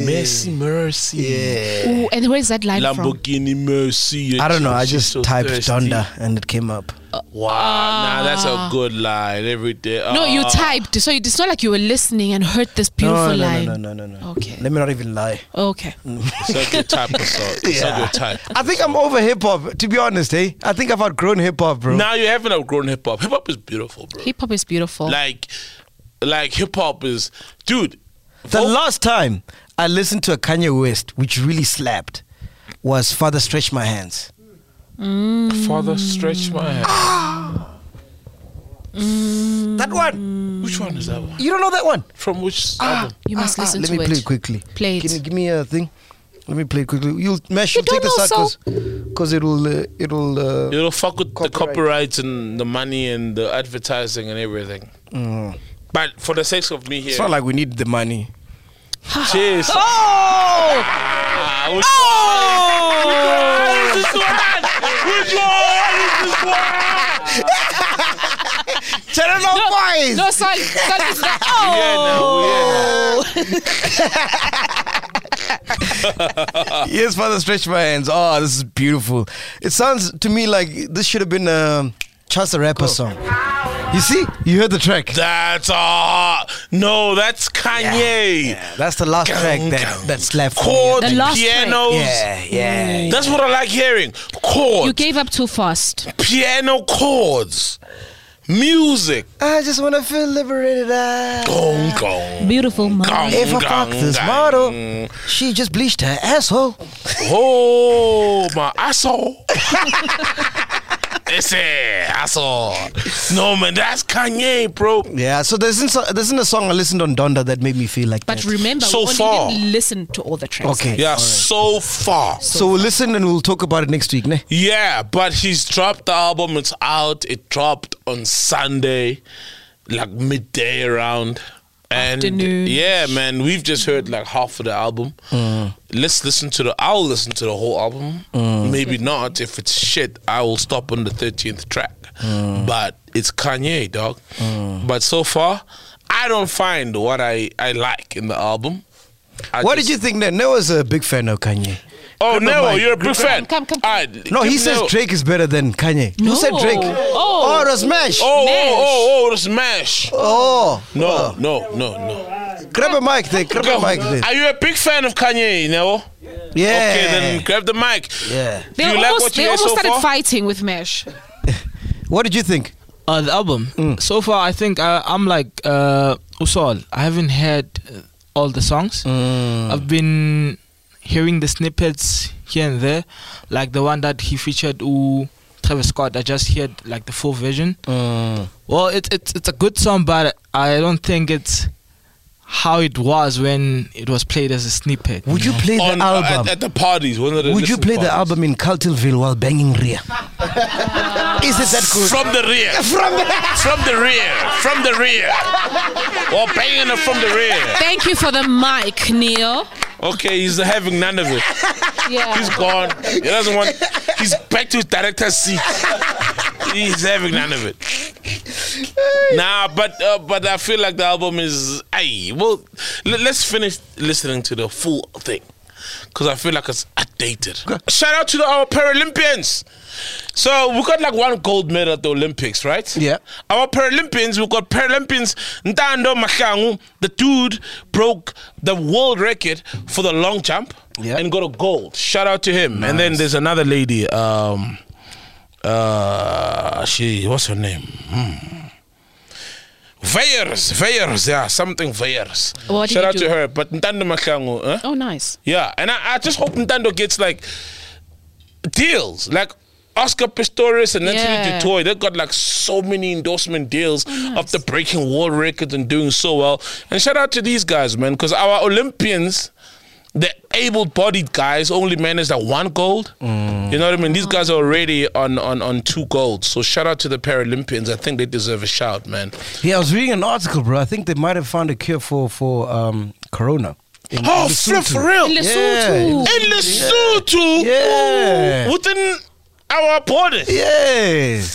S1: mercy, mercy.
S3: Ooh, and where is that line from?
S1: Lamborghini Mercy.
S2: I don't know. I
S1: She's
S2: just
S1: so
S2: typed
S1: thirsty.
S2: Donda and it came up.
S1: Wow, nah, that's a good line every day.
S3: No, you
S1: Ah.
S3: typed. So it's not like you were listening and heard this beautiful
S2: no, no,
S3: line.
S2: no, no, no, no, no.
S3: Okay.
S2: Let me not even lie.
S3: Okay.
S1: It's not your type of song. It's not your type.
S2: I think I'm over hip hop, to be honest, eh? I think I've outgrown hip hop, bro.
S1: Now you haven't outgrown hip hop. Hip hop is beautiful, bro.
S3: Hip hop is beautiful.
S1: Like, like hip hop is, dude.
S2: The
S1: voc-
S2: last time I listened to a Kanye West, which really slapped, was Father Stretch My Hands.
S1: Father, stretch my hand.
S2: That one.
S1: Which one is that one?
S2: You don't know that one?
S1: From which
S2: Ah.
S1: album?
S3: you must listen
S2: let
S3: to
S2: me
S3: it.
S2: play it quickly.
S3: Play it.
S2: Give me, give me a thing. Let me play it quickly. You'll mash.
S3: You
S2: You'll take
S3: don't
S2: this
S3: know,
S2: out because it'll uh, it'll. Uh,
S1: It'll fuck with the
S2: Copyright.
S1: copyrights and the money and the advertising and everything.
S2: Mm.
S1: But for the sake of me
S2: It's
S1: here,
S2: not like we need the money.
S1: cheers.
S2: Oh!
S1: Ah, which oh! Which one is this one? Which one is this one?
S2: Channel no,
S3: No, sorry. sorry it's not-
S1: Yeah,
S3: oh.
S1: no,
S2: Yes, Father Stretch My Hands. Oh, this is beautiful. It sounds to me like this should have been a Chance the Rapper song. You see? You heard the track.
S1: That's uh no, that's Kanye.
S2: That's the last track that, that slapped for me.
S1: Chord
S3: The last
S1: pianos.
S2: Yeah, yeah.
S1: That's what I like hearing.
S3: You
S1: Chords,
S3: gave up too fast.
S1: piano chords, music.
S2: I just want to feel liberated. ah.
S1: Gong, gong,
S3: Beautiful
S1: gong,
S3: man.
S2: If I fuck
S1: gong,
S2: this
S1: gong.
S2: model, she just bleached her asshole.
S1: Oh my asshole. That's it. That's all. No man, that's Kanye, bro.
S2: Yeah, so there isn't so, there isn't a song I listened on Donda that made me feel like
S3: But
S2: that.
S3: remember,
S1: So
S3: we only
S1: far.
S3: didn't listen to all the tracks.
S2: Okay.
S3: guys.
S1: Yeah, so far.
S2: so we'll listen and we'll talk about it next week, ne?
S1: Yeah, but he's dropped the album. It's out. It dropped on Sunday, like midday around. And
S3: Afternoon.
S1: yeah, man, we've just heard like half of the album.
S2: Mm.
S1: Let's listen to the. I'll listen to the whole album. Maybe not. If it's shit, I will stop on the thirteenth track.
S2: Mm.
S1: But it's Kanye, dog. But so far, I don't find what I I like in the album. I
S2: What
S1: just-
S2: did you think then? Noah was a big fan of Kanye.
S1: Oh no,
S2: mic.
S1: you're a big fan.
S3: Come, come, come.
S1: All right,
S2: No,
S1: give
S2: he
S1: me
S2: says
S1: Neo.
S2: Drake is better than Kanye.
S3: No.
S2: Who said Drake?
S3: Oh.
S2: oh it was Mash.
S1: Oh,
S3: Mash.
S1: oh, oh, oh, the smash.
S2: Oh.
S1: No, no, no, no.
S2: Grab a mic there. Grab a mic there.
S1: Are you a big fan of Kanye, Neo?
S2: Yeah.
S1: Okay, then grab the mic.
S2: yeah.
S3: They
S1: Do you like
S3: almost,
S1: what you
S3: they
S1: hear
S3: almost
S1: so
S3: started
S1: far?
S3: fighting with Mesh.
S2: What did you think?
S8: Uh, the album. So far, I think uh, I'm like uh, Usol. I haven't heard uh, all the songs.
S2: Mm.
S1: Mm,
S8: I've been hearing the snippets here and there, like the one that he featured ooh, Travis Scott. I just heard like the full version.
S1: mm.
S8: Well, it's it's it's a good song, but I don't think it's how it was when it was played as a snippet.
S2: Would you play the
S1: On, uh,
S2: album?
S1: At, at the parties. One of the
S2: Would you
S1: listening
S2: play the
S1: parties.
S2: album in Cultiville while banging Ria? is it that good?
S1: From the rear. From the, from the rear. From the rear. Or banging it from the rear.
S3: Thank you for the mic, Neil.
S1: Okay, he's having none of it. He's
S3: Yeah.
S1: gone. He doesn't want. He's back to his director's seat. He's having none of it. Nah, but uh, but I feel like the album is. Hey, well, l- let's finish listening to the full thing because I feel like it's outdated. Shout out to the, our Paralympians. So we got like one gold medal at the Olympics, right?
S2: Yeah.
S1: Our Paralympians, we got Paralympians Ntando Mahlangu, the dude broke the world record for the long jump
S2: Yeah.
S1: and got a gold. Shout out to him. And then there's another lady. Um, uh, she what's her name? Hmm. Veyers, Veyers, yeah, something Veyers.
S3: What did
S1: Shout
S3: he
S1: out
S3: do?
S1: to her. But Ntando Mahlangu, eh?
S3: Oh, nice.
S1: Yeah, and I, I just hope Nintendo gets like deals, like Oscar Pistorius and Anthony
S3: Yeah. Oh,
S1: Dutoy. They got like so many endorsement deals after breaking world records and doing so well. And shout out to these guys, man, because our Olympians. The able-bodied guys only managed at one gold.
S2: Mm.
S1: You know what I mean? These
S3: Oh.
S1: guys are already on, on on two golds. So shout out to the Paralympians. I think they deserve a shout, man.
S2: Yeah, I was reading an article, bro. I think they might have found a cure for for um, corona. in
S1: Oh, flip
S2: Lesotho.
S1: for real!
S3: In
S1: In
S3: Lesotho.
S1: Lesotho,
S2: Yeah.
S1: within our borders.
S2: Yes.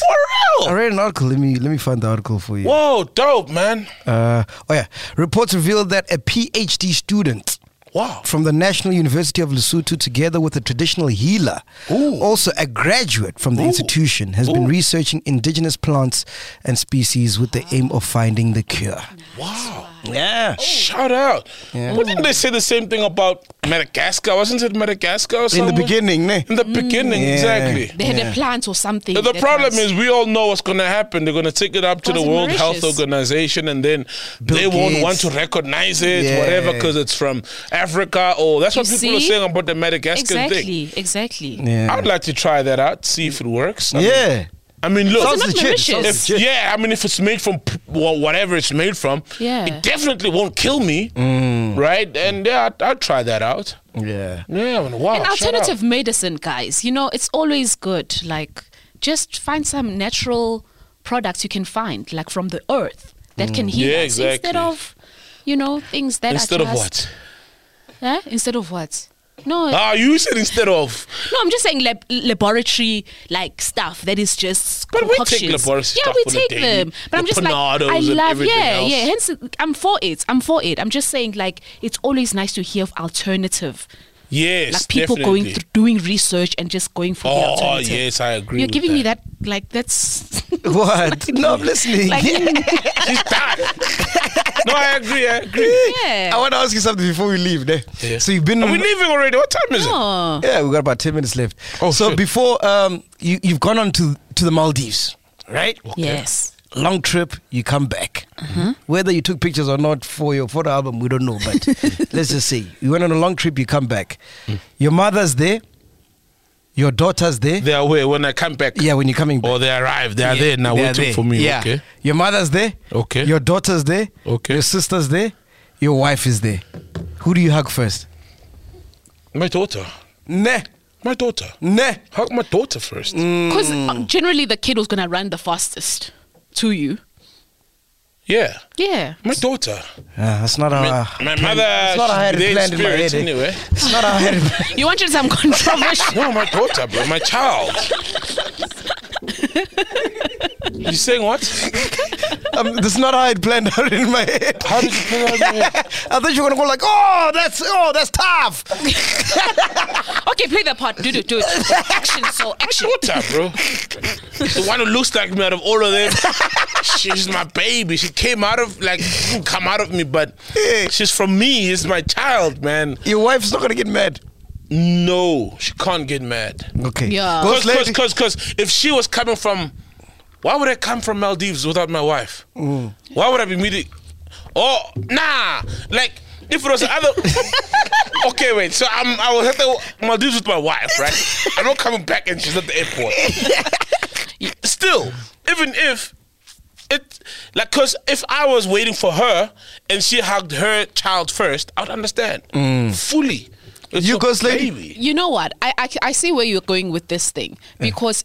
S1: For
S2: I
S1: real.
S2: read an article. Let me let me find the article for you.
S1: Whoa, dope, man.
S2: Uh, oh yeah. Reports revealed that a PhD student
S1: Wow.
S2: from the National University of Lesotho, together with a traditional healer, also a graduate from the institution, has been researching indigenous plants and species with the aim of finding the cure.
S1: Wow.
S2: Yeah.
S1: Shout out. Well, didn't they say the same thing about Madagascar? Wasn't it Madagascar or
S2: In
S1: something?
S2: the beginning, ne?
S1: In the beginning,
S2: Yeah.
S1: exactly.
S3: They had a plant or something.
S1: The
S3: that
S1: problem
S3: was-
S1: is, we all know what's going to happen. They're going to take it up to
S3: Was
S1: the
S3: it
S1: World Health
S3: Mauritius?
S1: Organization, and then they won't
S2: Gates.
S1: want to recognize it,
S2: Yeah.
S1: whatever, because it's from Africa. Or that's what
S3: You
S1: people are
S3: see?
S1: saying about the Madagascar thing.
S3: Exactly, exactly.
S2: Yeah.
S1: I would like to try that out, see if it works. I mean-
S2: Yeah.
S1: I mean, look,
S3: Sounds It's not legit. Sounds
S1: If- yeah, I mean, if it's made from p- well, whatever it's made from,
S3: Yeah.
S1: it definitely won't kill me,
S2: Mm.
S1: right? And yeah, I'd, I'd try that out.
S2: Yeah.
S1: Yeah, I mean, wow. shout
S3: And
S1: out.
S3: alternative medicine, guys, you know, it's always good. Like, just find some natural products you can find, like from the earth, that can heal
S1: Mm. Yeah,
S3: us instead
S1: exactly.
S3: of, you know, things that
S1: Instead
S3: are
S1: of
S3: just,
S1: what?
S3: Eh? Instead of what? No,
S1: Ah, you said instead of.
S3: no, I'm just saying lab- laboratory like stuff that is just
S1: But we take
S3: concoctions.
S1: laboratory
S3: yeah,
S1: stuff on
S3: we
S1: a
S3: take
S1: daily-
S3: them. But I'm
S1: the
S3: just like, I
S1: Panados and
S3: love,
S1: everything
S3: yeah,
S1: else.
S3: yeah. Hence, I'm for it. I'm for it. I'm just saying, like, it's always nice to hear of alternative
S1: Yes,
S3: like people
S1: definitely.
S3: going through doing research and just going for the
S1: Oh,
S3: alternative.
S1: yes, I agree.
S3: You're
S1: with
S3: giving
S1: that.
S3: me that like that's
S2: What? No, I'm listening.
S3: like
S1: No, I agree. I agree.
S3: yeah.
S2: I want to ask you something before we leave. Ne? So you've been.
S1: Are we leaving already? What time is it?
S3: Oh,
S2: Yeah, we got about ten minutes left.
S1: Oh,
S2: so
S1: shit.
S2: before um, you you've gone on to to the Maldives, right?
S3: yes.
S2: Long trip, you come back. Whether you took pictures or not for your photo album, we don't know.
S1: Mm.
S2: But let's just say you went on a long trip, you come back. Your mother's there. Your daughter's there.
S1: They are away when I come back.
S2: yeah, when you're coming back.
S1: Or they arrive. They are
S2: Yeah,
S1: there now
S2: they are
S1: waiting
S2: there.
S1: for me.
S2: Yeah.
S1: Okay.
S2: Your mother's there.
S1: Okay.
S2: Your daughter's there.
S1: Okay.
S2: Your sister's there. Your wife is there. Who do you hug first?
S1: My daughter.
S2: Nah,
S1: My daughter.
S2: nah.
S1: Hug my daughter first.
S2: Mm.
S3: Because uh, generally the kid was gonna run the fastest to you.
S1: Yeah.
S3: Yeah.
S1: My daughter.
S2: Ah, that's not
S1: My,
S2: how.
S1: my mother.
S2: it's not how I had
S1: she's
S2: it
S1: there
S2: planned in my
S1: spirit
S2: head. eh?
S1: Anyway.
S2: It's not how I had it. planned.
S3: You wanted some controversy.
S1: No, my daughter, bro. My child. you saying what?
S2: Um, that's not how I had planned out in my head.
S1: How did you play that? in your head?
S2: I thought you were gonna go like, oh, that's oh, that's tough.
S3: okay, play the part. Do do do it. Action, so action.
S1: daughter, bro. the one who looks like me out of all of them. She's my baby. She came out of like didn't come out of me, but
S2: Yeah.
S1: she's from me. It's my child, man.
S2: Your wife's not gonna get mad.
S1: No, she can't get mad.
S2: Okay.
S3: Yeah.
S2: Ghost
S1: Because
S2: lady.
S1: because because if she was coming from, why would I come from Maldives without my wife? Why would I be meeting? Oh nah, like. If it was the other, okay, wait. So I'm, I was at the Maldives with my wife, right? I'm not coming back, and she's at the airport. still, even if it, like, cause if I was waiting for her and she hugged her child first, I would understand
S3: Mm.
S1: fully. It's
S2: You
S1: your
S2: ghost lady?
S1: baby.
S3: You know what? I, I I see where you're going with this thing
S1: Eh.
S3: because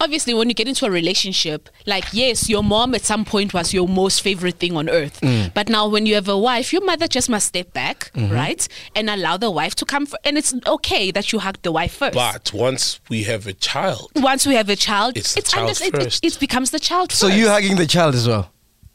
S3: obviously when you get into a relationship, like yes, your mom at some point was your most favorite thing on earth,
S1: Mm.
S3: but now when you have a wife, your mother just must step back,
S1: Mm-hmm.
S3: right, and allow the wife to come. For, and it's okay that you hug the wife first.
S1: But once we have a child,
S3: once we have a child,
S1: It's the child
S3: it- it,
S1: first.
S3: It, becomes the child
S2: So
S3: first.
S2: you hugging the child as well.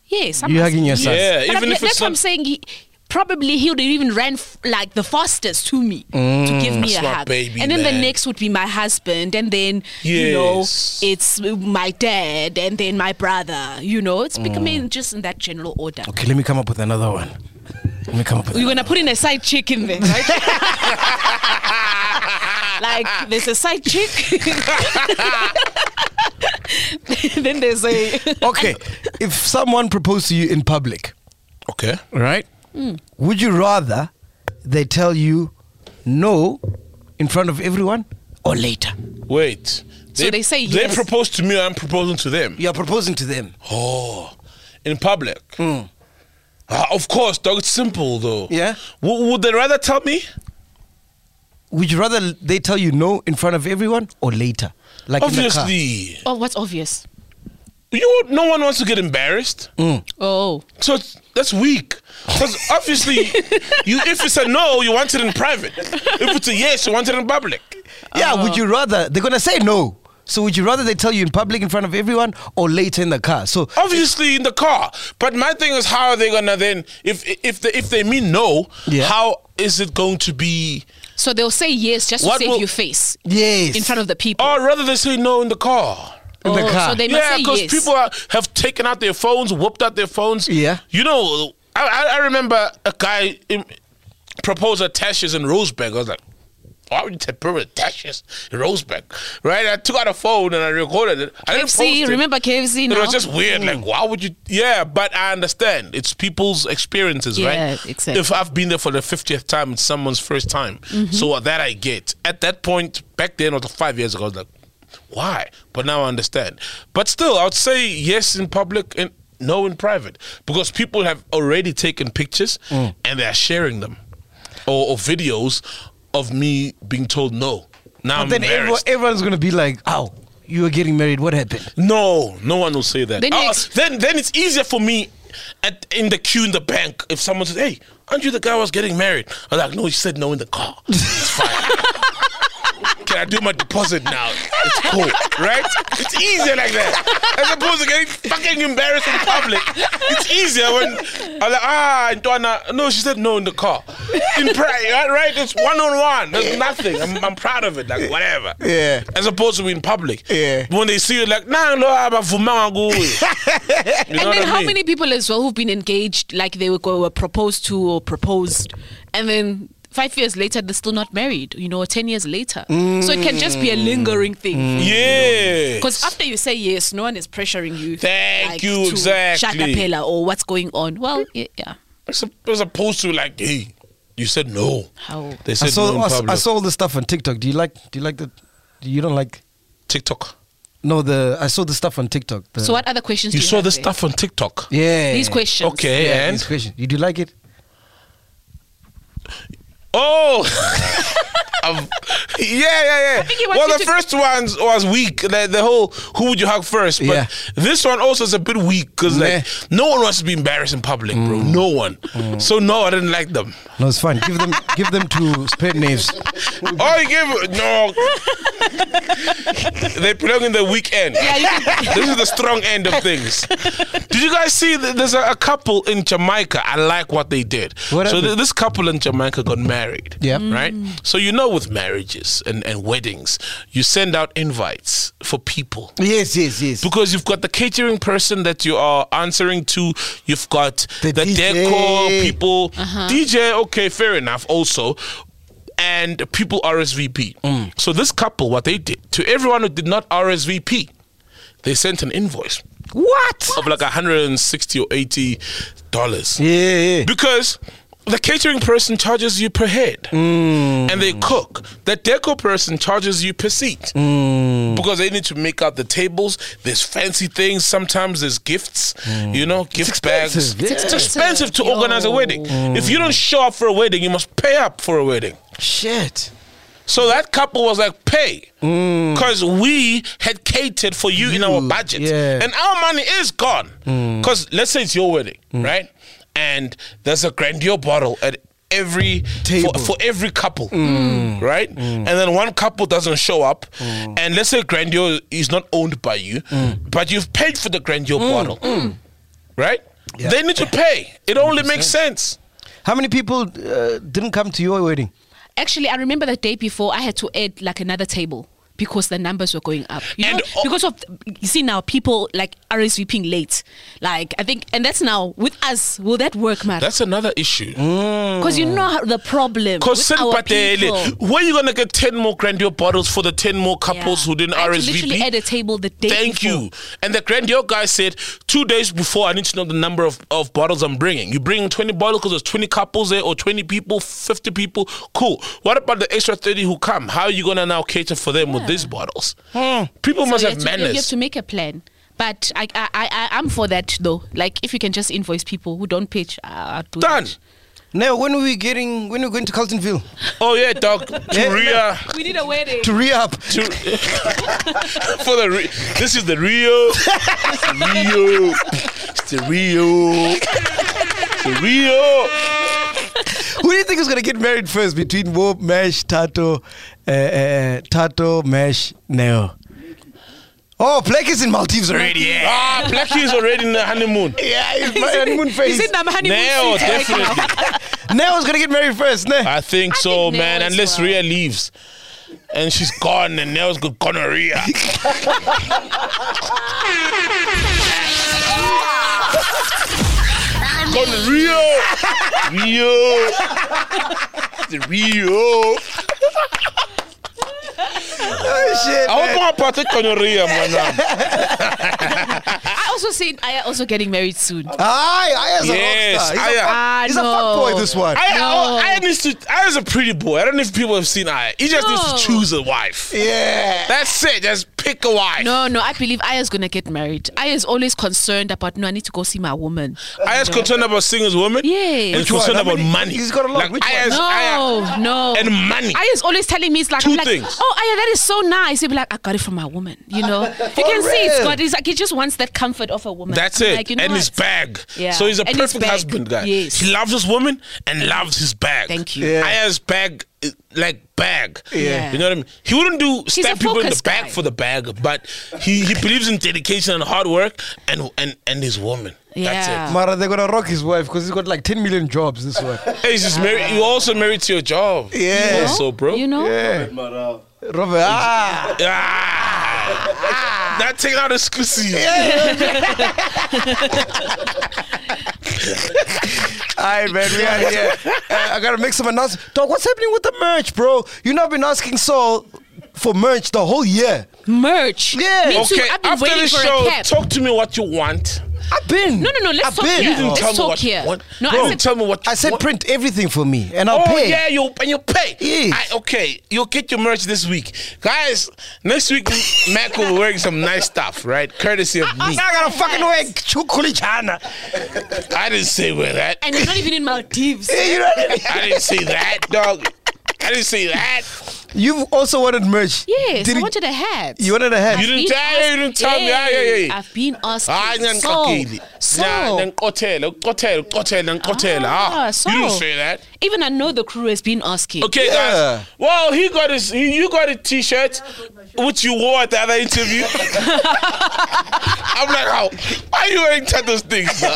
S3: yes,
S2: You hugging your son.
S1: yeah,
S3: But
S1: Uh, even
S3: I'm,
S1: if
S3: that's
S1: it's
S3: what I'm
S1: not-
S3: saying. He, probably he would have even ran f- like the fastest to me to give me
S1: That's
S3: a
S1: my
S3: hug,
S1: Mm, baby,
S3: and then the
S1: man.
S3: next would be my husband, and then you know
S1: Yes.
S3: it's my dad, and then my brother. You know, it's becoming
S1: Mm.
S3: just in that general order.
S2: Okay, let me come up with another one. Let me come up with.
S3: You're gonna put in a side chick in there, right? like there's a side chick. then there's a
S2: Okay, if someone proposed to you in public,
S1: okay.
S2: right?
S1: Mm.
S2: Would you rather they tell you no in front of everyone or later?
S1: Wait.
S3: So they say
S1: they
S3: yes.
S1: propose to me. I'm proposing to them.
S2: You are proposing to them.
S1: Oh, in public. Ah, of course, dog. It's simple though.
S2: Hmm. Yeah.
S1: W- would they rather tell me?
S2: Would you rather they tell you no in front of everyone or later? Like In the
S1: Obviously,
S3: oh, what's obvious?
S1: you. No one wants to get embarrassed.
S3: Oh,
S1: So it's- that's weak. Because obviously, you if it's a no, you want it in private. If it's a yes, you want it in public.
S2: car. Yeah,
S3: Uh-huh.
S2: would you rather they're gonna say no? So would you rather they tell you in public in front of everyone or later in the car? So
S1: Obviously, in the car. But my thing is, how are they gonna then? If if they, if they mean no,
S2: Yeah.
S1: how is it going to be?
S3: so they'll say yes just to
S1: What
S3: save
S1: will-
S3: your face.
S2: yes,
S3: in front of the people.
S1: Or rather, they say no in the car.
S2: in the
S3: Oh,
S2: car.
S3: So they must
S1: yeah,
S3: say
S1: because
S3: yes.
S1: people are, have taken out their phones, whooped out their phones.
S2: Yeah.
S1: You know, I, I- I remember a guy um, proposed at Tasha's in Rosebank. I was like, why would you propose at Tasha's in Rosebank? Right? I took out a phone and I recorded it. I didn't
S3: KFC,
S1: post it.
S3: remember KFC now?
S1: It was just weird. Like, why would you? Yeah, but I understand. It's people's experiences,
S3: Yeah,
S1: right?
S3: exactly.
S1: If I've been there for the 50th time, it's someone's first time. So that I get. At that point, back then, or the five years ago, I was like, why? But now I understand. But still, I would say yes in public and no in private because people have already taken pictures and they're sharing them or, or videos of me being told no. Now I'm
S2: But then everyone,
S1: embarrassed.
S2: everyone's gonna be like, "Oh, you were getting married. What happened?"
S1: No, no one will say that.
S3: Then
S1: Then,
S3: you
S1: uh,
S3: ex-
S1: then, then it's easier for me at, in the queue in the bank if someone says, "Hey, aren't you the guy who was getting married?" I'm like, "No, he said no in the car. It's fine. Can I do my deposit now? It's cool, right? It's easier like that as opposed to getting fucking embarrassed in public. It's easier when I'm like, "Ah, Antoine, no, she said no in the car." In private, right? It's one on one. There's nothing. I'm, I'm proud of it. Like whatever.
S2: Yeah.
S1: As opposed to in public.
S2: Yeah.
S1: When they see you like, nah, ah, no, I'm a And
S3: and then how many people as well who've been engaged, like they were, go- were proposed to or proposed, and then five years later they're still not married, you know, or ten years later. So it can just be a lingering
S1: Mm.
S3: thing.
S1: Yeah.
S3: Because after you say yes, no one is pressuring you.
S1: Thank
S3: like,
S1: you,
S3: to Shut
S1: exactly.
S3: the pella or what's going on. Well, y- yeah.
S1: As as opposed to like, hey, you said no.
S3: How?
S1: They
S2: I
S1: said
S2: saw
S1: no in
S2: I, s- I
S1: public.
S2: saw all this stuff on TikTok. Do you like do you like the do You don't like?
S1: TikTok.
S2: No, the I saw the stuff on TikTok. the-
S3: So what other questions
S1: You
S3: do you
S1: saw
S3: have
S1: the
S3: there?
S1: stuff on TikTok.
S2: Yeah.
S3: These questions.
S1: Okay,
S2: Yeah,
S1: and
S2: these questions. You do like it?
S1: oh, Um, yeah, yeah,
S3: think
S1: yeah.
S3: he wants
S1: Well,
S3: you
S1: the
S3: to-
S1: first one was weak. The, the whole who would you hug first? But
S2: Yeah.
S1: this one also is a bit weak because like no one wants to be embarrassed in public, bro.
S2: Mm.
S1: No one. So no, I didn't like them.
S2: No, it's fine. Give them, give them to spread names.
S1: Oh, you give no. they belong in the weak end.
S3: Yeah, you can-
S1: this is the strong end of things. Did you guys see? That there's a, a couple in Jamaica. I like what they did.
S2: What
S1: so
S2: happened?
S1: th- this couple in Jamaica got married.
S2: Yeah. Mm.
S1: Right. So you know, with marriages and, and weddings, you send out invites for people.
S2: yes, yes, yes.
S1: Because you've got the catering person that you are answering to, you've got the,
S2: The DJ.
S1: decor people, DJ. Okay, fair enough. Also, and people RSVP.
S2: Mm.
S1: So this couple, what they did to everyone who did not RSVP, they sent an invoice
S2: What?
S1: of like 160 or 80 dollars
S2: Yeah, yeah, yeah.
S1: because the catering person charges you per head
S2: Mm.
S1: and they cook. The deco person charges you per seat
S2: Mm.
S1: because they need to make out the tables. There's fancy things. Sometimes there's gifts, you know, gift bags.
S2: Mm. expensive, yeah. Mm.
S1: It's expensive to
S3: Yo.
S1: organize a wedding. If you don't show up for a wedding, you must pay up for a wedding.
S2: Shit.
S1: So that couple was like, pay.
S2: Mm.
S1: Because we had catered for you, in our budget.
S2: yeah. Mm.
S1: And our money is gone. Because let's say it's your wedding, right? And there's a Grandeur bottle at every
S2: Table. Mm.
S1: For, for every couple, right? And then one couple doesn't show up. And let's say Grandeur is not owned by you,
S2: Mm.
S1: but you've paid for the Grandeur bottle, right? They need to pay. It only makes sense.
S2: How many people uh, didn't come to your wedding?
S3: Actually, I remember the day before I had to add like another table because the numbers were going up. You
S1: And
S3: know,
S1: o-
S3: because of you see now people like RSVPing late. Like I think, and that's now with us. Will that work, man?
S1: That's another issue.
S3: Because you know how the problem.
S1: Because
S3: Because
S1: Saint Patele, where you gonna get ten more grandeur bottles for the ten more couples who didn't
S3: I had to
S1: RSVP?
S3: literally at a table the day
S1: Thank
S3: before.
S1: you. And the grandeur guy said two days before, I need to know the number of, of bottles I'm bringing. You bring twenty bottles because there's twenty couples there or twenty people, fifty people. Cool. What about the extra thirty who come? How are you gonna now cater for them with these bottles? People must
S3: you
S1: have
S3: to- you
S1: manners.
S3: have to make a plan. But I, I, I, I- I'm for that though. Like if you can just invoice people who don't pitch, I- I'll do
S1: Done.
S3: that.
S2: Now, when are we getting? When are we going to Carltonville
S1: Oh yeah, dog.
S2: Yeah.
S1: Korea.
S3: We need a wedding.
S2: to re up?
S1: to for the re- this is the Rio, It's the Rio, It's the Rio, It's the Rio.
S2: Who do you think is going to get married first between Wob, Mesh, Tato, uh, uh, Tato, Mesh, Neo? Oh, Black is in Maldives already. Yeah.
S1: Ah, Blackie is already in the honeymoon.
S2: Yeah, he's my honeymoon phase.
S3: Is it number honeymoon?
S1: Neo,
S3: season?
S1: definitely.
S2: Neo's gonna get married first, ne?
S1: I think so,
S3: think Neo
S1: man.
S3: as
S1: Unless
S3: well.
S1: Ria leaves. And she's gone, and Neo's got gonorrhea. gonorrhea! Rio! The Rio!
S2: oh shit.
S1: I
S2: man.
S1: hope I'm part of gonorrhea, man.
S3: I also seen I also getting married soon.
S2: Aye, aye, is
S1: Yes,
S2: a rock star. He's,
S1: Aya.
S3: Ah,
S2: a, he's a fuck
S3: no.
S2: boy. This one.
S1: I,
S3: No.
S1: I, I needs to. I is a pretty boy. I don't know if people have seen I. He just needs to
S3: No.
S1: choose a wife.
S2: yeah.
S1: That's it. Just pick a wife.
S3: No, no, I believe Aya's gonna get married. Aya's always concerned about no, I need to go see my woman.
S1: I is concerned about singles women.
S3: Yes.
S1: And
S3: Which
S1: concerned
S2: one? How
S1: about
S2: many?
S1: money.
S2: He's got a lot.
S1: Like,
S2: Which
S1: I
S2: one?
S1: is- I-
S3: No, no.
S1: And money.
S3: Aya's always telling me it's like,
S1: Two
S3: I'm like
S1: things.
S3: oh Aya, that is so nice. He'll be like, I got it from my woman. You know, you can see it's
S2: real?
S3: got. It's like he just wants that comfort of a woman.
S1: That's
S3: I'm
S1: it.
S3: Like, you know
S1: and his
S3: what?
S1: bag.
S3: Yeah.
S1: So he's a
S3: And his
S1: perfect
S3: bag.
S1: husband guy.
S3: Yes.
S1: He loves his woman and loves his bag.
S3: Thank you.
S2: Yeah.
S1: Aya's bag, uh, like bag.
S3: Yeah.
S1: You know what I mean? He wouldn't do
S3: He's
S1: stab
S3: a
S1: people in the
S3: focus
S1: back
S3: guy.
S1: for the bag, but he, he believes in dedication and hard work and and, and his woman. That's it.
S3: Yeah.
S2: Mara, they're gonna rock his wife because he's got like 10 million jobs. This one.
S1: Hey, he's just married. You also married to your job.
S2: Yeah.
S3: You know?
S1: Also, bro.
S3: You know,
S2: Robert. Ah.
S1: Ah. Not taking out excuses. Yeah.
S2: Aye, man. We are here. Uh, I gotta make some announcements. Dog, what's happening with the merch, bro? You've not been asking Saul for merch the whole year.
S3: merch.
S2: Yeah.
S3: Me too.
S1: Okay.
S3: I've been
S1: After
S3: waiting
S1: the
S3: for
S1: show,
S3: a cap.
S1: talk to me what you want.
S2: I've been.
S3: No, no, no, let's
S2: I've
S3: talk
S2: been.
S3: here.
S2: You didn't
S3: Let's
S1: tell me
S3: talk
S1: what-
S3: here.
S1: what-
S3: no,
S1: Bro,
S3: I
S1: you tell me what-
S2: I said
S1: what-
S2: print everything for me, and I'll
S1: oh
S2: pay.
S1: yeah, you and you pay.
S2: Yes.
S1: I, okay, you'll get your merch this week, guys. Next week, Mac will be wearing some nice stuff, right? Courtesy of me.
S2: I gotta fucking wear chukuli chana.
S1: I didn't say wear that.
S3: and you're not even in Maldives.
S2: You know what I mean?
S1: I didn't say that, dog. I didn't say that.
S2: You've also wanted merch.
S3: Yes,
S2: Did
S3: I
S2: it-
S3: wanted a hat.
S2: You wanted a hat.
S1: You didn't
S3: Been
S1: tell me. You
S3: asked-
S1: didn't tell me. Yeah, yeah, yeah.
S3: I've been asked.
S1: Hayi
S3: so,
S1: ngiyanixokile.
S3: so.
S1: Ngiyanixothela, ukuqothela, ukuqothela, ngiqothela.
S3: Ah,
S1: Ah,
S3: so.
S1: you didn't say that.
S3: Even I know the crew has been asking.
S1: Okay,
S2: Yeah.
S1: guys. Well, he got his. He, you got a T-shirt, which you wore at the other interview. I'm like, how? Why you wearing those things?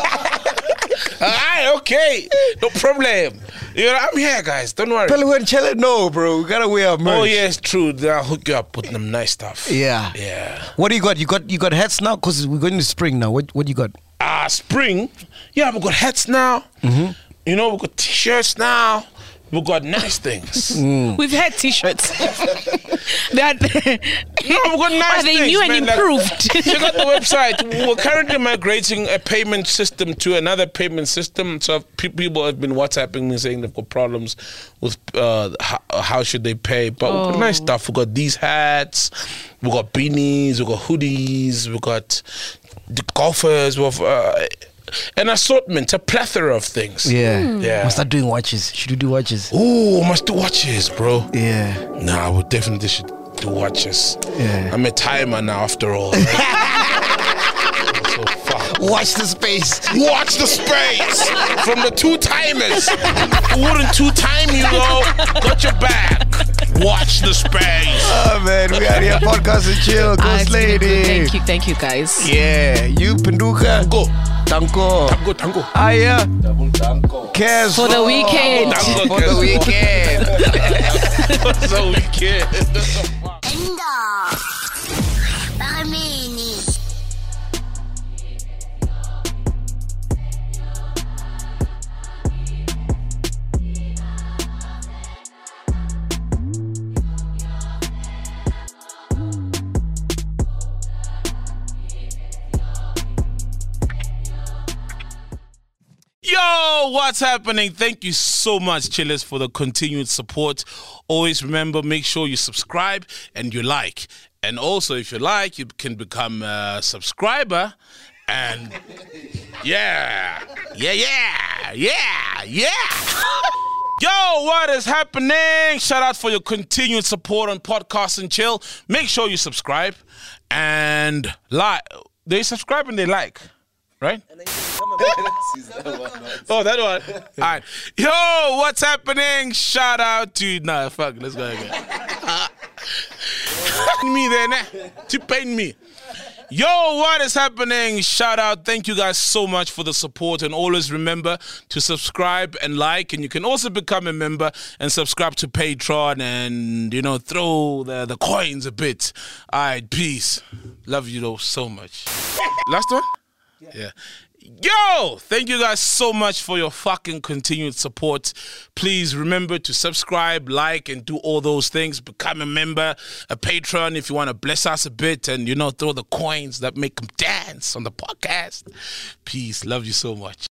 S1: All right, okay, no problem. You know, I'm here, guys. Don't worry.
S2: Pele went chele- No, bro, we gotta wear our merch.
S1: Oh yeah, it's true. Then I'll hook you up with them nice stuff.
S2: Yeah.
S1: Yeah.
S2: What do you got? You got you got hats now because we're going to spring now. What what you got?
S1: Ah, spring. Yeah, we got hats now. Mm-hmm. You know, we got T-shirts now. We got nice things.
S2: Mm-hmm.
S3: We've had t-shirts. that
S1: No, we've got nice
S3: Are they
S1: things,
S3: new and
S1: man, like-
S3: improved?
S1: check out the website. We're currently migrating a payment system to another payment system. So pe- people have been WhatsApping me saying they've got problems with uh, how, how should they pay. But we've got nice stuff. We've got these hats. We've got beanies. We've got hoodies. We've got the golfers. We've uh, an assortment, a plethora of things.
S2: Yeah. Oh.
S1: Yeah.
S2: Must Hmm. start doing watches. Should we do watches?
S1: Ooh, must do watches, bro.
S2: Yeah.
S1: Nah, we definitely should do watches.
S2: Yeah.
S1: I'm a timer now after all. right? so fuck.
S2: Watch the space.
S1: Watch the space from the two timers. Who wouldn't two time you though? Got your back. Watch the space.
S2: Oh man, we are here podcast and chill. Ghost lady.
S3: Ah, Thank you, thank you, guys.
S2: Yeah. You Penduka.
S1: Go.
S2: Tanko.
S1: Tango, tango.
S2: Aya. Kes.
S1: Oh,
S3: For the weekend.
S1: Tango,
S2: For the weekend.
S1: so we can. Yo, what's happening? Thank you so much, Chillers, for the continued support. Always remember, make sure you subscribe and you like. And also, if you like, you can become a subscriber. And yeah, yeah, yeah, yeah, yeah. Yo, what is happening? Shout out for your continued support on Podcast and Chill. Make sure you subscribe and like. They subscribe and they like, right? Oh, that one. All right. Yo, what's happening? Shout out to. Nah, fuck. Let's go again. me then. Eh? To paint me. Yo, what is happening? Shout out. Thank you guys so much for the support. And always remember to subscribe and like. And you can also become a member and subscribe to Patreon and, you know, throw the, the coins a bit. All right. Peace. Love you, though, so much. Last one? Yeah. Yo, thank you guys so much for your fucking continued support. Please remember to subscribe, like, and do all those things. Become a member, a patron if you want to bless us a bit and, you know, throw the coins that make them dance on the podcast. Peace. Love you so much.